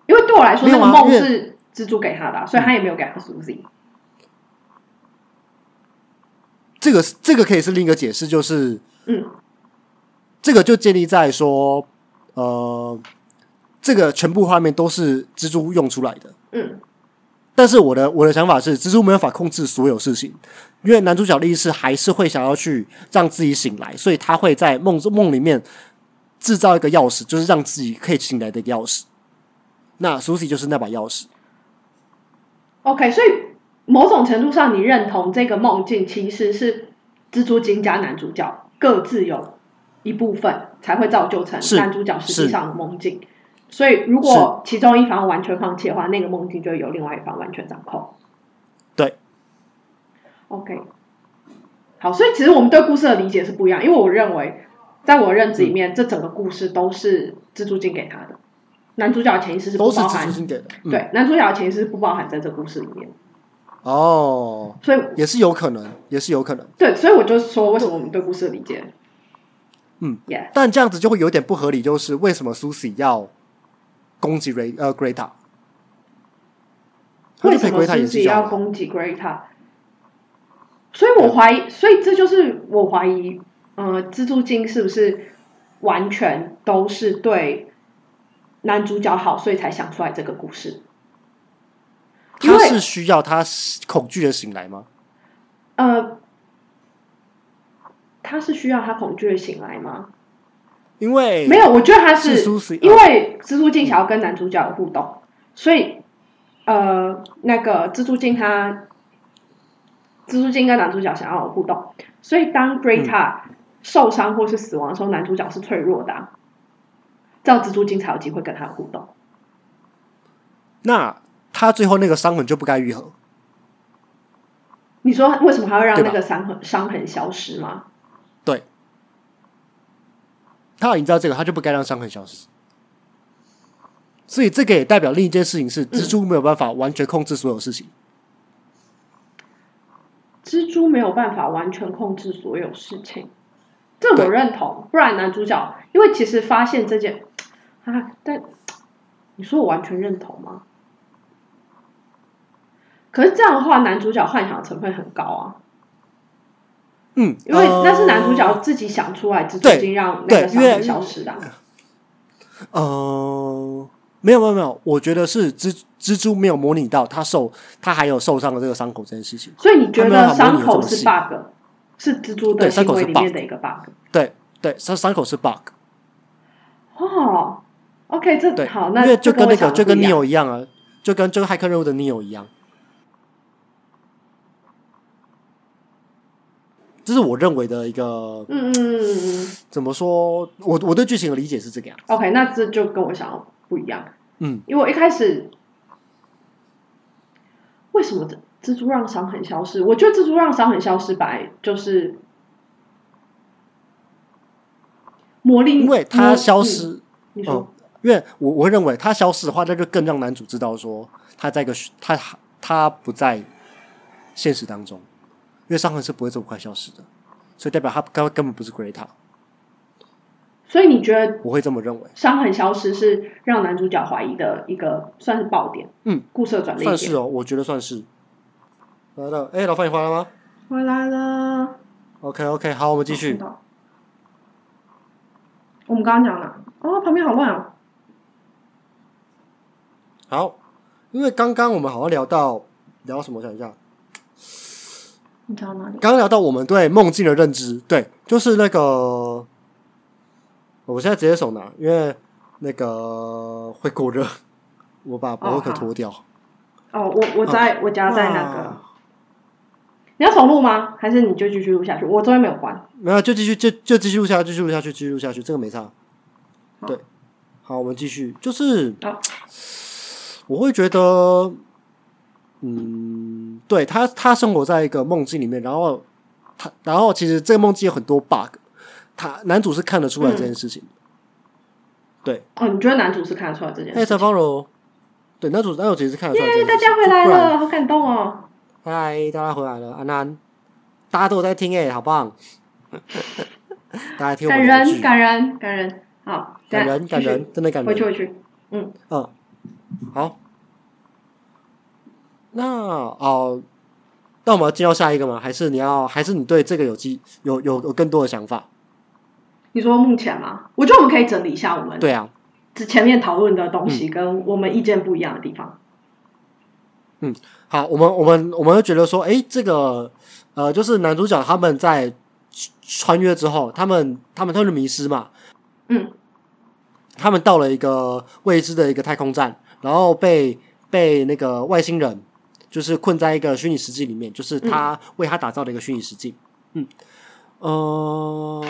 [SPEAKER 2] 因为对我来说
[SPEAKER 1] 没
[SPEAKER 2] 那
[SPEAKER 1] 有
[SPEAKER 2] 个
[SPEAKER 1] 啊
[SPEAKER 2] 梦
[SPEAKER 1] 因为
[SPEAKER 2] 是蜘蛛给他的啊、所以他也没有给他 Susie。
[SPEAKER 1] 这个这个可以是另一个解释，就是
[SPEAKER 2] 嗯，
[SPEAKER 1] 这个就建立在说，呃，这个全部画面都是蜘蛛用出来的。
[SPEAKER 2] 嗯，
[SPEAKER 1] 但是我的我的想法是，蜘蛛没有办法控制所有事情，因为男主角力士还是会想要去让自己醒来，所以他会在梦梦里面制造一个钥匙，就是让自己可以醒来的一个钥匙。那 Susie 就是那把钥匙，
[SPEAKER 2] OK，所以某种程度上，你认同这个梦境其实是蜘蛛精加男主角各自有一部分，才会造就成
[SPEAKER 1] 是
[SPEAKER 2] 男主角实际
[SPEAKER 1] 是
[SPEAKER 2] 上的梦境。所以，如果其中一方完全放弃的话，那个梦境就会由另外一方完全掌控。
[SPEAKER 1] 对，
[SPEAKER 2] OK，好，所以其实我们对故事的理解是不一样，因为我认为，在我认知
[SPEAKER 1] 嗯
[SPEAKER 2] 里面，这整个故事都是蜘蛛精给他的，男主角的潜意识是不
[SPEAKER 1] 都是
[SPEAKER 2] 包
[SPEAKER 1] 蜘
[SPEAKER 2] 含
[SPEAKER 1] 蛛精给的。嗯、，
[SPEAKER 2] 对，男主角其实是不包含在这个故事里面，
[SPEAKER 1] 哦，
[SPEAKER 2] 所以
[SPEAKER 1] 也是有可能，也是有可能。
[SPEAKER 2] 对，所以我就说为什么我们对故事的理解，
[SPEAKER 1] 嗯
[SPEAKER 2] ，yeah，
[SPEAKER 1] 但这样子就会有点不合理，就是为什么 Susie 要攻击 Ray 呃 Greta？他
[SPEAKER 2] 为
[SPEAKER 1] 就
[SPEAKER 2] 什
[SPEAKER 1] 陪
[SPEAKER 2] 么
[SPEAKER 1] Greta 演
[SPEAKER 2] 自己
[SPEAKER 1] 戏
[SPEAKER 2] 要攻击 Greta？所以我怀疑，所以这就是我怀疑，呃，蜘蛛精是不是完全都是对男主角好，所以才想出来这个故事？因
[SPEAKER 1] 他
[SPEAKER 2] 为
[SPEAKER 1] 是需要他恐惧的醒来吗？
[SPEAKER 2] 呃，他是需要他恐惧的醒来吗？
[SPEAKER 1] 因为
[SPEAKER 2] 没有，我觉得他是
[SPEAKER 1] 是嗯苏西
[SPEAKER 2] 因为蜘蛛精想要跟男主角有互动，所以呃，那个蜘蛛精他蜘蛛精跟男主角想要有互动，所以当 Greta
[SPEAKER 1] 嗯
[SPEAKER 2] 受伤或是死亡的时候，男主角是脆弱的啊、这样蜘蛛精才有机会跟他有互动。
[SPEAKER 1] 那他最后那个伤痕就不该愈合，
[SPEAKER 2] 你说为什么他会让
[SPEAKER 1] 对吧
[SPEAKER 2] 那个伤痕伤痕消失吗？
[SPEAKER 1] 他已经知道这个，他就不该让伤痕消失。所以这个也代表另一件事情是，蜘蛛没有办法完全控制所有事情。
[SPEAKER 2] 蜘蛛没有办法完全控制所有事情，这我
[SPEAKER 1] 对
[SPEAKER 2] 认同。不然男主角，因为其实发现这件啊，但你说我完全认同吗？可是这样的话，男主角幻想成分很高啊，
[SPEAKER 1] 嗯，
[SPEAKER 2] 因为
[SPEAKER 1] 呃
[SPEAKER 2] 那是男主角自己想出来，蜘蛛
[SPEAKER 1] 对
[SPEAKER 2] 精让那
[SPEAKER 1] 对
[SPEAKER 2] 个伤
[SPEAKER 1] 因
[SPEAKER 2] 痕
[SPEAKER 1] 为
[SPEAKER 2] 消失的啊、
[SPEAKER 1] 呃，没有没有没有，我觉得是蜘蜘蛛没有模拟到他受他还有受伤的这个伤口这件事情。
[SPEAKER 2] 所以你觉
[SPEAKER 1] 他没有
[SPEAKER 2] 得
[SPEAKER 1] 办法模
[SPEAKER 2] 伤
[SPEAKER 1] 拟
[SPEAKER 2] 口
[SPEAKER 1] 这么
[SPEAKER 2] 是
[SPEAKER 1] 细
[SPEAKER 2] bug，是蜘蛛的
[SPEAKER 1] 对伤
[SPEAKER 2] 行
[SPEAKER 1] 口
[SPEAKER 2] 为
[SPEAKER 1] 是
[SPEAKER 2] 里面
[SPEAKER 1] bug
[SPEAKER 2] 的一个 bug。
[SPEAKER 1] 对对，伤伤口是 bug，
[SPEAKER 2] 哦，OK，这
[SPEAKER 1] 对，
[SPEAKER 2] 好，那
[SPEAKER 1] 因为就
[SPEAKER 2] 这
[SPEAKER 1] 跟
[SPEAKER 2] 我
[SPEAKER 1] 那
[SPEAKER 2] 想
[SPEAKER 1] 个就
[SPEAKER 2] 的不
[SPEAKER 1] 跟
[SPEAKER 2] 一样
[SPEAKER 1] Neo 一样啊，就跟就跟骇客任务的 Neo 一样。这是我认为的一个
[SPEAKER 2] 嗯嗯嗯嗯嗯。
[SPEAKER 1] 怎么说？我我对剧情的理解是这个样。
[SPEAKER 2] OK，那这就跟我想要不一样，
[SPEAKER 1] 嗯，
[SPEAKER 2] 因为我一开始为什么蜘蜘蛛让伤痕消失？我觉得蜘蛛让伤痕消失，本来就是魔力，
[SPEAKER 1] 因为它
[SPEAKER 2] 魔
[SPEAKER 1] 消
[SPEAKER 2] 嗯
[SPEAKER 1] 失，
[SPEAKER 2] 你
[SPEAKER 1] 嗯
[SPEAKER 2] 说，，
[SPEAKER 1] 因为我我会认为他消失的话，那就更让男主知道说他在一个虚他他不在现实当中，因为伤痕是不会这么快消失的，所以代表他根根本不是 Greta，
[SPEAKER 2] 所以你觉得
[SPEAKER 1] 我会这么认为，
[SPEAKER 2] 伤痕消失是让男主角怀疑的一个算是爆点，
[SPEAKER 1] 嗯，
[SPEAKER 2] 故事的转捩点。
[SPEAKER 1] 算是哦，我觉得算是。来了，哎，老范你回来了吗
[SPEAKER 2] 回来了，
[SPEAKER 1] ？OK OK，好，我们继
[SPEAKER 2] 哦
[SPEAKER 1] 续
[SPEAKER 2] 看。到我们刚刚讲了，哦，旁边好乱哦，
[SPEAKER 1] 好，因为刚刚我们好像聊到聊什么？我想一下，
[SPEAKER 2] 你讲到哪里？
[SPEAKER 1] 刚刚聊到我们对梦境的认知，对，就是那个，我现在直接手拿，因为那个会过热，我把博洛克脱掉。
[SPEAKER 2] 哦，我我在、我家在那个
[SPEAKER 1] 嗯哇，
[SPEAKER 2] 你要重录吗？还是你就继续录下去？我这边没有关。
[SPEAKER 1] 没有，就继续，就就继续录下去，继续录下去，继续录下去，这个没差。
[SPEAKER 2] 好
[SPEAKER 1] 对，好，我们继续，就是
[SPEAKER 2] 好
[SPEAKER 1] 我会觉得，嗯，对他，他生活在一个梦境里面，然后他，然后其实这个梦境有很多 bug，他男主是看得出来这件事情。对，
[SPEAKER 2] 哦，你觉得男主是看得出来这件
[SPEAKER 1] 哎，
[SPEAKER 2] 事？
[SPEAKER 1] 陈芳柔，对，男主男主其实是看得出来这
[SPEAKER 2] 耶，
[SPEAKER 1] 件
[SPEAKER 2] 大
[SPEAKER 1] 事情。
[SPEAKER 2] 家回来
[SPEAKER 1] 不然，
[SPEAKER 2] 了，好感动哦！
[SPEAKER 1] 嗨，大家回来了，安安，大家都有在听哎、好棒！大家听我
[SPEAKER 2] 感
[SPEAKER 1] 们的
[SPEAKER 2] 人，
[SPEAKER 1] 剧，
[SPEAKER 2] 感人，感人。好，
[SPEAKER 1] 感人，
[SPEAKER 2] 等
[SPEAKER 1] 感
[SPEAKER 2] 一下
[SPEAKER 1] 人，，真的感
[SPEAKER 2] 继续回去，
[SPEAKER 1] 人。
[SPEAKER 2] 回去。嗯，
[SPEAKER 1] 嗯，好。那哦，那我们要进到下一个吗？还是你要？还是你对这个有记有有有更多的想法？
[SPEAKER 2] 你说目前吗？我觉得我们可以整理一下我们
[SPEAKER 1] 对嗯啊，
[SPEAKER 2] 之前面讨论的东西跟我们意见不一样的地方。
[SPEAKER 1] 好，我们我们我们会觉得说，诶，这个呃，就是男主角他们在穿越之后，他们他们他们迷失嘛，
[SPEAKER 2] 嗯，
[SPEAKER 1] 他们到了一个未知的一个太空站，然后被被那个外星人就是困在一个虚拟实际里面，就是他为他打造的一个虚拟实际。嗯，呃，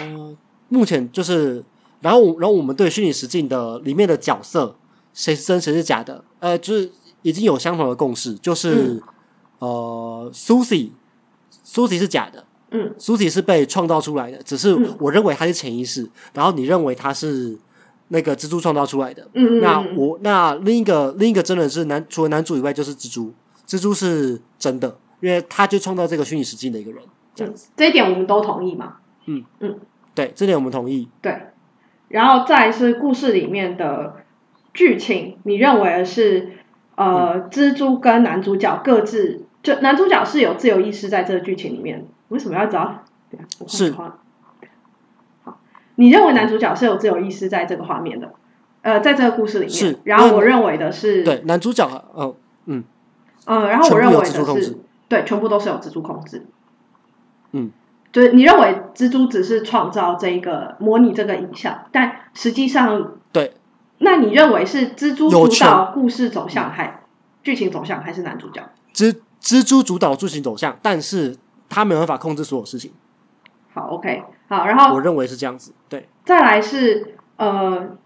[SPEAKER 1] 目前就是，然后我然后我们对虚拟实境的里面的角色谁是真谁是假的，呃，就是已经有相同的共识，就是、呃，Susie Susie 是假的，
[SPEAKER 2] 嗯
[SPEAKER 1] ，Susie 是被创造出来的，只是
[SPEAKER 2] 嗯
[SPEAKER 1] 我认为他是潜意识，然后你认为他是那个蜘蛛创造出来的，
[SPEAKER 2] 嗯，
[SPEAKER 1] 那
[SPEAKER 2] 嗯
[SPEAKER 1] 我那另一个另一个真人是男，除了男主以外就是蜘蛛，蜘蛛是真的，因为他就创造这个虚拟实境的一个人，这样子。
[SPEAKER 2] 这一点我们都同意嘛？
[SPEAKER 1] 对，这点我们同意。
[SPEAKER 2] 对。然后再来是故事里面的剧情，你认为是
[SPEAKER 1] 嗯
[SPEAKER 2] 呃，蜘蛛跟男主角各自就男主角是有自由意识在这个剧情里面，为什么要找？等一下我换
[SPEAKER 1] 是
[SPEAKER 2] 个画好，你认为男主角是有自由意识在这个画面的，呃，在这个故事里面。
[SPEAKER 1] 是
[SPEAKER 2] 然后
[SPEAKER 1] 那
[SPEAKER 2] 我认为的是，
[SPEAKER 1] 对，男主角呃，
[SPEAKER 2] 嗯，然后我
[SPEAKER 1] 全部
[SPEAKER 2] 认为
[SPEAKER 1] 有
[SPEAKER 2] 的
[SPEAKER 1] 蜘蛛控制
[SPEAKER 2] 是，对，全部都是有蜘蛛控制。
[SPEAKER 1] 嗯，
[SPEAKER 2] 就是你认为蜘蛛只是创造这一个模拟这个影像，但实际上，
[SPEAKER 1] 对，
[SPEAKER 2] 那你认为是蜘蛛
[SPEAKER 1] 有
[SPEAKER 2] 主
[SPEAKER 1] 权
[SPEAKER 2] 导故事走向还剧情走向，还是男主角？
[SPEAKER 1] 蜘蜘蛛主导剧情走向，但是他没有办法控制所有事情，
[SPEAKER 2] 好，OK，好，然后
[SPEAKER 1] 我认为是这样子。对，
[SPEAKER 2] 再来是呃，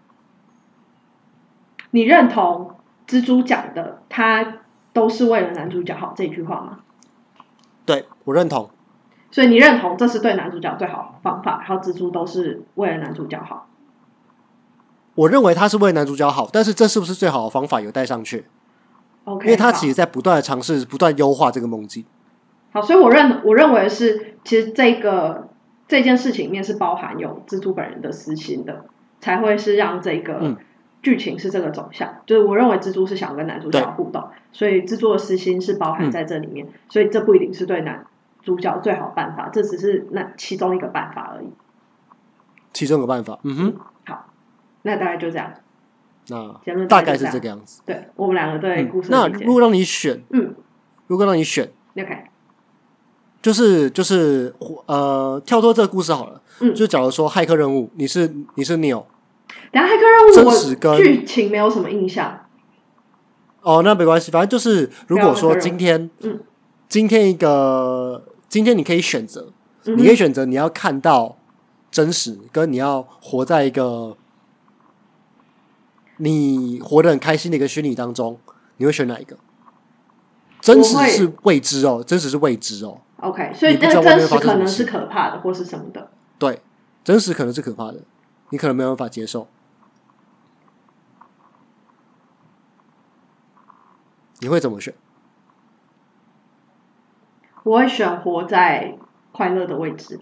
[SPEAKER 2] 你认同蜘蛛讲的他都是为了男主角好这句话吗？
[SPEAKER 1] 对我认同。
[SPEAKER 2] 所以你认同这是对男主角最好的方法，然后蜘蛛都是为了男主角好。
[SPEAKER 1] 我认为他是为男主角好，但是这是不是最好的方法有待上去？
[SPEAKER 2] OK，
[SPEAKER 1] 因为他
[SPEAKER 2] 好
[SPEAKER 1] 其实在不断的尝试，不断优化这个梦境。
[SPEAKER 2] 好，所以我认我认为是，其实这个这件事情里面是包含有蜘蛛本人的私心的，才会是让这
[SPEAKER 1] 嗯
[SPEAKER 2] 个剧情是这个走向。就是我认为蜘蛛是想跟男主角
[SPEAKER 1] 对嗯
[SPEAKER 2] 互动，所以蜘蛛的私心是包含在这里面，所以这不一定是对男主角最好办法，这只是那其中一个办法而已。
[SPEAKER 1] 其中有办法，嗯哼，
[SPEAKER 2] 好，那大概就这样，
[SPEAKER 1] 那
[SPEAKER 2] 结论
[SPEAKER 1] 大概是
[SPEAKER 2] 就
[SPEAKER 1] 这
[SPEAKER 2] 样。
[SPEAKER 1] 个样子。
[SPEAKER 2] 对我们两个对嗯故事的
[SPEAKER 1] 那
[SPEAKER 2] 理解
[SPEAKER 1] 如，果让你选，
[SPEAKER 2] 嗯
[SPEAKER 1] 如果让你选，
[SPEAKER 2] ，OK，
[SPEAKER 1] 就是就是呃，跳脱这个故事好了，
[SPEAKER 2] 嗯
[SPEAKER 1] 就假如说骇客任务，你是你是 Neo，
[SPEAKER 2] 然后骇
[SPEAKER 1] 真实跟
[SPEAKER 2] 客任务我剧情没有什么印象，
[SPEAKER 1] 哦，那没关系，反正就是如果说
[SPEAKER 2] 对啊骇客任务
[SPEAKER 1] 今天，
[SPEAKER 2] 嗯，
[SPEAKER 1] 今天一个今天你可以选择，
[SPEAKER 2] 嗯
[SPEAKER 1] 你可以选择你要看到真实，跟你要活在一个你活得很开心的一个虚拟当中，你会选哪一个？真实
[SPEAKER 2] 我会
[SPEAKER 1] 是未知哦，真实是未知哦，
[SPEAKER 2] OK，所以
[SPEAKER 1] 你不
[SPEAKER 2] 那
[SPEAKER 1] 知道外
[SPEAKER 2] 真
[SPEAKER 1] 面
[SPEAKER 2] 实
[SPEAKER 1] 发生
[SPEAKER 2] 可
[SPEAKER 1] 什么
[SPEAKER 2] 能
[SPEAKER 1] 事
[SPEAKER 2] 是可怕的，或是什么的。
[SPEAKER 1] 对，真实可能是可怕的，你可能没有办法接受。你会怎么选？
[SPEAKER 2] 我会选活在快乐的位置。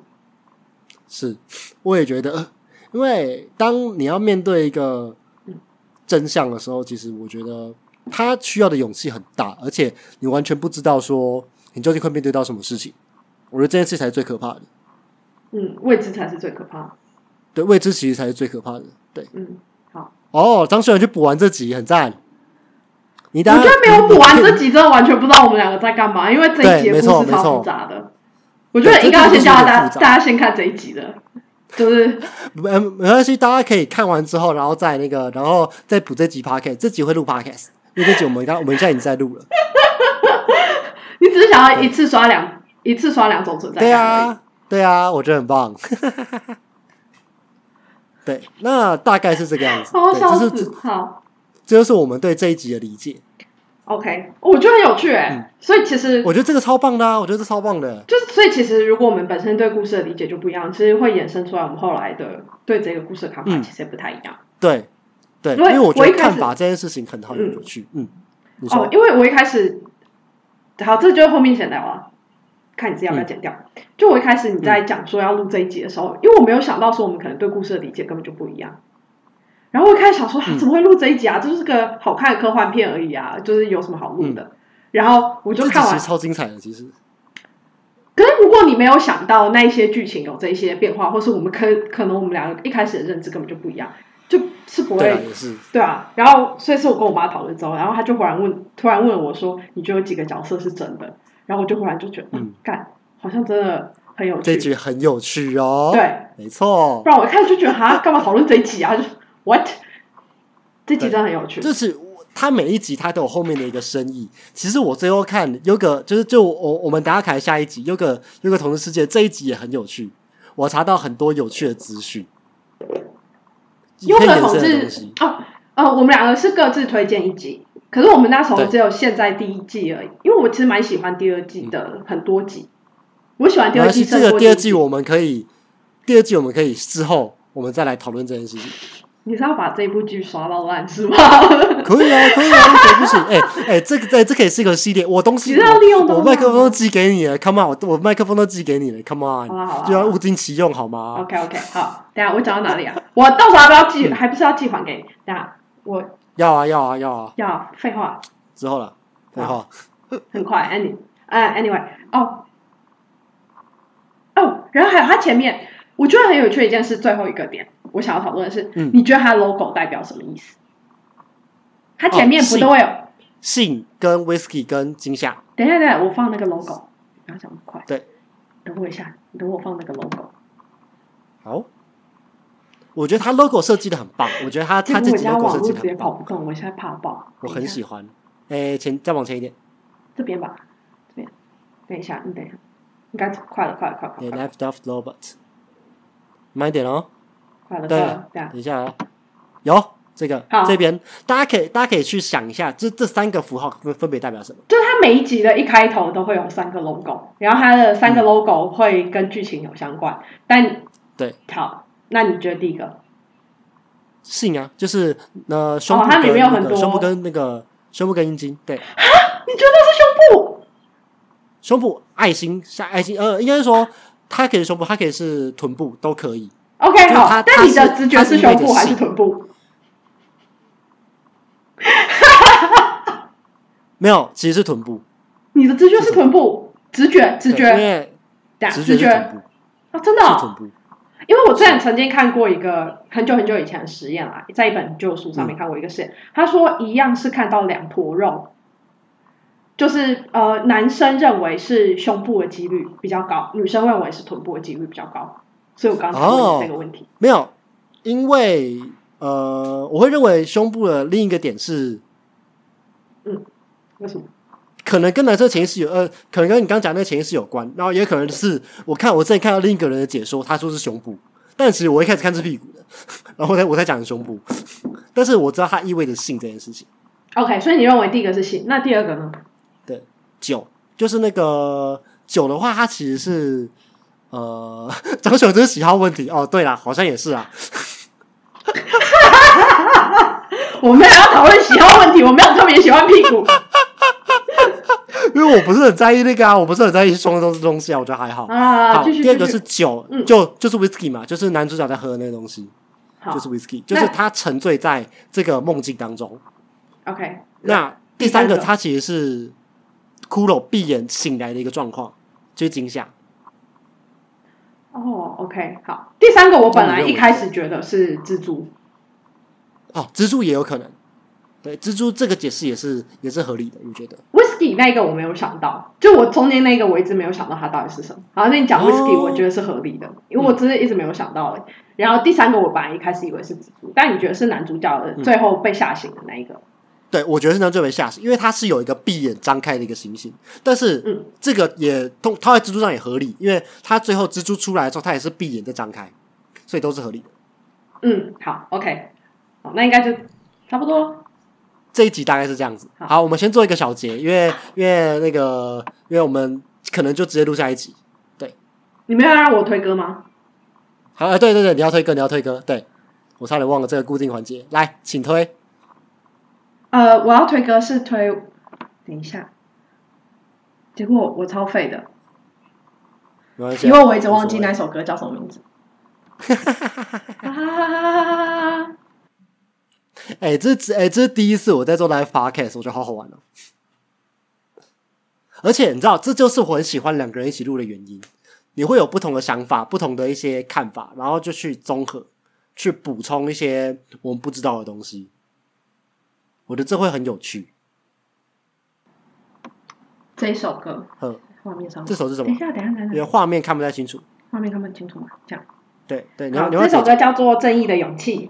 [SPEAKER 1] 是，我也觉得，呃因为当你要面对一个真相的时候，其实我觉得他需要的勇气很大，而且你完全不知道说你究竟会面对到什么事情。我觉得这件事才是最可怕的，
[SPEAKER 2] 嗯，位置才是最可怕的。
[SPEAKER 1] 对未知其实才是最可怕的。对，
[SPEAKER 2] 嗯，
[SPEAKER 1] 哦，张学友去补完这集很赞，你
[SPEAKER 2] 我
[SPEAKER 1] 当
[SPEAKER 2] 觉得没有补完
[SPEAKER 1] 你
[SPEAKER 2] 这集，真的完全不知道我们两个在干嘛，因为这一集
[SPEAKER 1] 对没
[SPEAKER 2] 的
[SPEAKER 1] 错
[SPEAKER 2] 故事
[SPEAKER 1] 没错
[SPEAKER 2] 超复杂的。我觉得应该要先叫
[SPEAKER 1] 对这个故
[SPEAKER 2] 大家
[SPEAKER 1] 事有点复杂
[SPEAKER 2] 大家先看这一集的，就是
[SPEAKER 1] 没呃没关系，大家可以看完之后，然后再那个，然后再补这集 podcast。这集会录 podcast，因为这集我们刚我们现在已经在录了。
[SPEAKER 2] 你只是想要一次刷两一次刷两种存在
[SPEAKER 1] 对
[SPEAKER 2] 感而已。
[SPEAKER 1] 啊，对啊，我觉得很 棒。对，那大概是这个样子。
[SPEAKER 2] 好
[SPEAKER 1] 对，
[SPEAKER 2] 笑
[SPEAKER 1] 这是
[SPEAKER 2] 死
[SPEAKER 1] 这！
[SPEAKER 2] 好
[SPEAKER 1] 这就是我们对这一集的理解。
[SPEAKER 2] ，OK，我哦觉得很有趣
[SPEAKER 1] 嗯
[SPEAKER 2] 哎。所以其实
[SPEAKER 1] 我觉得这个超棒的、啊，我觉得这超棒的。
[SPEAKER 2] 就是，所以其实如果我们本身对故事的理解就不一样，其实会衍生出来我们后来的对这个故事的看法
[SPEAKER 1] 嗯
[SPEAKER 2] 其实也不太一样。
[SPEAKER 1] 对，对，因
[SPEAKER 2] 因
[SPEAKER 1] 为
[SPEAKER 2] 为
[SPEAKER 1] 我觉
[SPEAKER 2] 我一
[SPEAKER 1] 得
[SPEAKER 2] 开始
[SPEAKER 1] 看法这件事情很好
[SPEAKER 2] 嗯
[SPEAKER 1] 有趣。嗯，你
[SPEAKER 2] 哦
[SPEAKER 1] 说，
[SPEAKER 2] 因为我一开始，好，这就是后面闲聊啊，看你自己要不要剪掉。
[SPEAKER 1] 嗯
[SPEAKER 2] 就我一开始你在讲说要录这一集的时候，因为我没有想到说我们可能对故事的理解根本就不一样。然后我一开始想说，啊
[SPEAKER 1] 嗯
[SPEAKER 2] 怎么会录这一集啊？这就是个好看的科幻片而已啊，就是有什么好录的？然后我就
[SPEAKER 1] 嗯这集
[SPEAKER 2] 看
[SPEAKER 1] 其
[SPEAKER 2] 完
[SPEAKER 1] 实，超精彩的，其实
[SPEAKER 2] 可是如果你没有想到那一些剧情有这一些变化，或是我们可可能我们两个一开始的认知根本就不一样，就是不会
[SPEAKER 1] 对啊，也是
[SPEAKER 2] 对啊，然后所以是我跟我妈讨论之后，然后她就忽然问，突然问我说：“你觉得有几个角色是真的？”然后我就忽然就觉得，嗯，干，好像真的很有
[SPEAKER 1] 这
[SPEAKER 2] 趣。
[SPEAKER 1] 局很有趣哦。，
[SPEAKER 2] 对，
[SPEAKER 1] 没错
[SPEAKER 2] 不。然我一开始就觉得，哈，干嘛讨论这一集啊？就是 what？这集
[SPEAKER 1] 对
[SPEAKER 2] 真的很有趣。
[SPEAKER 1] 就是我他每一集他都有后面的一个深意。其实我最后看有个就是就我我们打开下一集有个有个同志世界这一集也很有趣，我查到很多有趣的资讯，
[SPEAKER 2] 优
[SPEAKER 1] 可以
[SPEAKER 2] 格
[SPEAKER 1] 衍
[SPEAKER 2] 同
[SPEAKER 1] 生的东
[SPEAKER 2] 志
[SPEAKER 1] 西。
[SPEAKER 2] 哦，呃，我们两个是各自推荐一集，可是我们那时候
[SPEAKER 1] 对
[SPEAKER 2] 只有现在第一季而已，因为我其实蛮喜欢第二季的很多集，我喜欢第
[SPEAKER 1] 没
[SPEAKER 2] 二
[SPEAKER 1] 关系，
[SPEAKER 2] 季
[SPEAKER 1] 这
[SPEAKER 2] 胜过
[SPEAKER 1] 个第
[SPEAKER 2] 一
[SPEAKER 1] 二季我们可以，第二季我们可以之后我们再来讨论这件事情。
[SPEAKER 2] 你是要把这部剧刷到烂是吗？
[SPEAKER 1] 可以啊，可以啊，为什么不行？哎、哎、这个哎，这可以是一个系列。我东西
[SPEAKER 2] 你知道利用
[SPEAKER 1] 我
[SPEAKER 2] 到
[SPEAKER 1] 我
[SPEAKER 2] 吗
[SPEAKER 1] 麦克风都寄给你了，Come on，我我麦克风都寄给你了，Come
[SPEAKER 2] 好啦
[SPEAKER 1] on，
[SPEAKER 2] 好啦
[SPEAKER 1] 就要物尽其用好吗？
[SPEAKER 2] OK OK，好，等一下我讲到哪里啊？我到时候要不要寄？还不是要寄还给你？等一下我
[SPEAKER 1] 要啊，要啊，要啊，
[SPEAKER 2] 要废话，
[SPEAKER 1] 之后了，然后
[SPEAKER 2] 很快。Any，呃，Anyway，哦哦，然后还有它前面，我觉得很有趣的一件事，最后一个点，我想要讨论的是，
[SPEAKER 1] 嗯
[SPEAKER 2] 你觉得它 logo 代表什么意思？它前面
[SPEAKER 1] 哦
[SPEAKER 2] 不
[SPEAKER 1] 是
[SPEAKER 2] 都会有？
[SPEAKER 1] 性跟 whisky 跟惊吓，
[SPEAKER 2] 等一下，等一下，我放那个 logo，不要讲那么快。
[SPEAKER 1] 对，
[SPEAKER 2] 等我一下，你等我放那个 logo。
[SPEAKER 1] 好。我觉得他 logo 设计的很棒，我觉得他
[SPEAKER 2] 结
[SPEAKER 1] 他
[SPEAKER 2] 果
[SPEAKER 1] 这
[SPEAKER 2] 我
[SPEAKER 1] 集
[SPEAKER 2] 家
[SPEAKER 1] logo
[SPEAKER 2] 网
[SPEAKER 1] 设
[SPEAKER 2] 络
[SPEAKER 1] 计
[SPEAKER 2] 直
[SPEAKER 1] 的
[SPEAKER 2] 接
[SPEAKER 1] 很
[SPEAKER 2] 跑
[SPEAKER 1] 棒，
[SPEAKER 2] 不动，我现在怕爆。
[SPEAKER 1] 我
[SPEAKER 2] 等
[SPEAKER 1] 很
[SPEAKER 2] 一下
[SPEAKER 1] 喜欢。哎，前再往前一点，
[SPEAKER 2] 这边吧，这边，等一下，你嗯等一下，应该快了，快了，快了，
[SPEAKER 1] 哎
[SPEAKER 2] 快了，
[SPEAKER 1] ，Left of Robot，慢一点哦。
[SPEAKER 2] 快了，快
[SPEAKER 1] 对
[SPEAKER 2] 了，对啊
[SPEAKER 1] 等，一下啊，有这个
[SPEAKER 2] 好
[SPEAKER 1] 这边，大家可以大家可以去想一下，这这三个符号分分别代表什么？
[SPEAKER 2] 就是它每一集的一开头都会有三个 logo，然后它的三个
[SPEAKER 1] 嗯
[SPEAKER 2] logo 会跟剧情有相关，但
[SPEAKER 1] 对，
[SPEAKER 2] 好，那你觉得第一个？
[SPEAKER 1] 性啊，就是呃胸部
[SPEAKER 2] 哦它里
[SPEAKER 1] 跟
[SPEAKER 2] 面有
[SPEAKER 1] 那
[SPEAKER 2] 很
[SPEAKER 1] 个
[SPEAKER 2] 多
[SPEAKER 1] 胸部跟那个胸部跟阴茎，对，
[SPEAKER 2] 你觉得是胸部？
[SPEAKER 1] 胸部爱心下爱心，呃，应该是说它可以是胸部，它可以是臀部都可以。
[SPEAKER 2] OK，
[SPEAKER 1] 就
[SPEAKER 2] 好
[SPEAKER 1] 它，
[SPEAKER 2] 但你
[SPEAKER 1] 它
[SPEAKER 2] 的
[SPEAKER 1] 是
[SPEAKER 2] 直觉
[SPEAKER 1] 它是
[SPEAKER 2] 是胸
[SPEAKER 1] 因为
[SPEAKER 2] 部
[SPEAKER 1] 你的
[SPEAKER 2] 还是
[SPEAKER 1] 性
[SPEAKER 2] 臀部？
[SPEAKER 1] 没有，其实是臀部，
[SPEAKER 2] 你的直觉
[SPEAKER 1] 是
[SPEAKER 2] 是
[SPEAKER 1] 什么
[SPEAKER 2] 臀部，直觉，直
[SPEAKER 1] 对
[SPEAKER 2] 觉，
[SPEAKER 1] 因为
[SPEAKER 2] 等一下
[SPEAKER 1] 直
[SPEAKER 2] 直
[SPEAKER 1] 觉是
[SPEAKER 2] 觉
[SPEAKER 1] 臀部，
[SPEAKER 2] 啊，真的
[SPEAKER 1] 是臀
[SPEAKER 2] 哦，
[SPEAKER 1] 部，
[SPEAKER 2] 因为我之前曾经看过一个很久很久以前的实验啦，在一本旧书上面看过一个实验，他说一样是看到两坨肉，就是呃男生认为是胸部的几率比较高，女生认为是臀部的几率比较高，所以我刚刚才
[SPEAKER 1] 哦
[SPEAKER 2] 问你这个问题，
[SPEAKER 1] 没有，因为呃，我会认为胸部的另一个点是
[SPEAKER 2] 为什么？
[SPEAKER 1] 可能跟男生潜意识有呃，可能跟你刚讲那个潜意识有关，然后也可能是我看我之前看到另一个人的解说，他说是胸部，但其实我一开始看是屁股的，然后我才我才讲胸部， 但是我知道它意味着性这件事情。
[SPEAKER 2] OK，所以你认为第一个是性，那第二个呢？
[SPEAKER 1] 对，酒就是那个酒的话，它其实是呃， 张小真喜好问题哦，对啦，好像也是啊，
[SPEAKER 2] 我们要讨论喜好问题，我没有特别喜欢屁 股。
[SPEAKER 1] 因为我不是很在意那个啊，我不是很在意双这东西啊，我觉得还好。
[SPEAKER 2] 啊，
[SPEAKER 1] 好，
[SPEAKER 2] 继续。
[SPEAKER 1] 第二个
[SPEAKER 2] 继续
[SPEAKER 1] 是酒，
[SPEAKER 2] 嗯
[SPEAKER 1] 就就是 whisky 嘛，就是男主角在喝的那个东西。
[SPEAKER 2] 好
[SPEAKER 1] 就是 whisky，就
[SPEAKER 2] 那
[SPEAKER 1] 是他沉醉在这个梦境当中。
[SPEAKER 2] OK，
[SPEAKER 1] 那
[SPEAKER 2] 第
[SPEAKER 1] 第三个，
[SPEAKER 2] 三个
[SPEAKER 1] 他其实是骷髅闭眼醒来的一个状况，就是惊吓。
[SPEAKER 2] 哦，OK，好。第三个我本
[SPEAKER 1] 那
[SPEAKER 2] 来
[SPEAKER 1] 哦你认为
[SPEAKER 2] 一开始觉得是蜘蛛，
[SPEAKER 1] 哦，蜘蛛也有可能。对，蜘蛛这个解释也是也是合理的，我觉得。
[SPEAKER 2] Whisky 那个我没有想到，就我中间那个我一直没有想到它到底是什么。好，那你讲
[SPEAKER 1] 哦
[SPEAKER 2] Whisky，我觉得是合理的，因为我只是一直没有想到而已。然后第三个我本来一开始以为是蜘蛛，但你觉得是男主角的
[SPEAKER 1] 嗯
[SPEAKER 2] 最后被吓醒的那一个？
[SPEAKER 1] 对，我觉得是男最被吓死，因为他是有一个闭眼张开的一个行星，但
[SPEAKER 2] 嗯
[SPEAKER 1] 是这个也通套在蜘蛛上也合理，因为他最后蜘蛛出来的时候，他也是闭眼再张开，所以都是合理的。
[SPEAKER 2] 嗯，好，OK，好，那应该就差不多。
[SPEAKER 1] 这一集大概是这样子。
[SPEAKER 2] 好
[SPEAKER 1] 好，我们先做一个小结，因为因为那个，因为我们可能就直接录下一集。
[SPEAKER 2] 你们要让我推歌吗？
[SPEAKER 1] 好，呃对对对，你要推歌，你要推歌，对我差点忘了这个固定环节。来，请推。
[SPEAKER 2] 呃，我要推歌是推，等一下，结果我超废的，
[SPEAKER 1] 没关系啊，
[SPEAKER 2] 因为我一直忘记
[SPEAKER 1] 无所
[SPEAKER 2] 那
[SPEAKER 1] 谓
[SPEAKER 2] 首歌叫什么名 字。啊
[SPEAKER 1] 哎，这是哎，这是第一次我在做 live podcast，我觉得好好玩哦。而且你知道，这就是我很喜欢两个人一起录的原因。你会有不同的想法、不同的一些看法，然后就去综合、去补充一些我们不知道的东西。我觉得这会很有趣。
[SPEAKER 2] 这一首歌
[SPEAKER 1] 嗯，
[SPEAKER 2] 画面上，
[SPEAKER 1] 这首是什
[SPEAKER 2] 等一
[SPEAKER 1] 么？
[SPEAKER 2] 下，等一下，等一
[SPEAKER 1] 因
[SPEAKER 2] 下
[SPEAKER 1] 为，画面看不太清楚。
[SPEAKER 2] 画面看不清楚吗？这样，
[SPEAKER 1] 对对，你要
[SPEAKER 2] 好，
[SPEAKER 1] 你要
[SPEAKER 2] 这
[SPEAKER 1] 解
[SPEAKER 2] 首
[SPEAKER 1] 决
[SPEAKER 2] 歌叫做《正义的勇气》。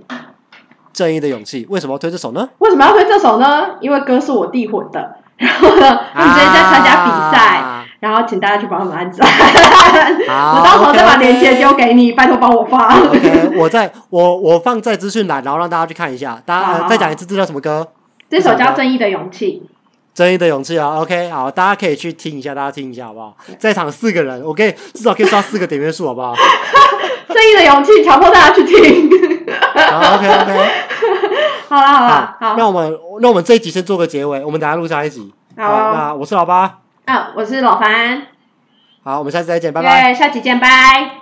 [SPEAKER 1] 正义的勇气。为什么要推这首呢？
[SPEAKER 2] 为什么要推这首呢？因为歌是我弟混的，然后呢，他们最近在参加比赛，
[SPEAKER 1] 啊
[SPEAKER 2] 然后请大家去帮他们按赞。
[SPEAKER 1] 好
[SPEAKER 2] 我到时候再把链接
[SPEAKER 1] OK，OK
[SPEAKER 2] 丢给你，拜托帮我发。
[SPEAKER 1] OK，我在我我放在资讯栏，然后让大家去看一下。大家、
[SPEAKER 2] 好好
[SPEAKER 1] 呃
[SPEAKER 2] 好
[SPEAKER 1] 再讲一次，这叫什么歌？
[SPEAKER 2] 这首叫《正义的勇气
[SPEAKER 1] 正义的勇气啊，OK，好，大家可以去听一下，大家听一下好不好？
[SPEAKER 2] 嗯
[SPEAKER 1] 在场四个人，我可以至少可以刷四个点阅数，好不好？》，
[SPEAKER 2] 《正义的勇气》，强迫大家去听。
[SPEAKER 1] 好，OK OK，
[SPEAKER 2] 好啦好啦，好，
[SPEAKER 1] 那我们那我们这一集先做个结尾，我们等一下录下一集。
[SPEAKER 2] 好哦，
[SPEAKER 1] 那我是老八，
[SPEAKER 2] 啊，我是老樊，
[SPEAKER 1] 好，我们下次再见，拜拜。
[SPEAKER 2] 耶，下期见，拜。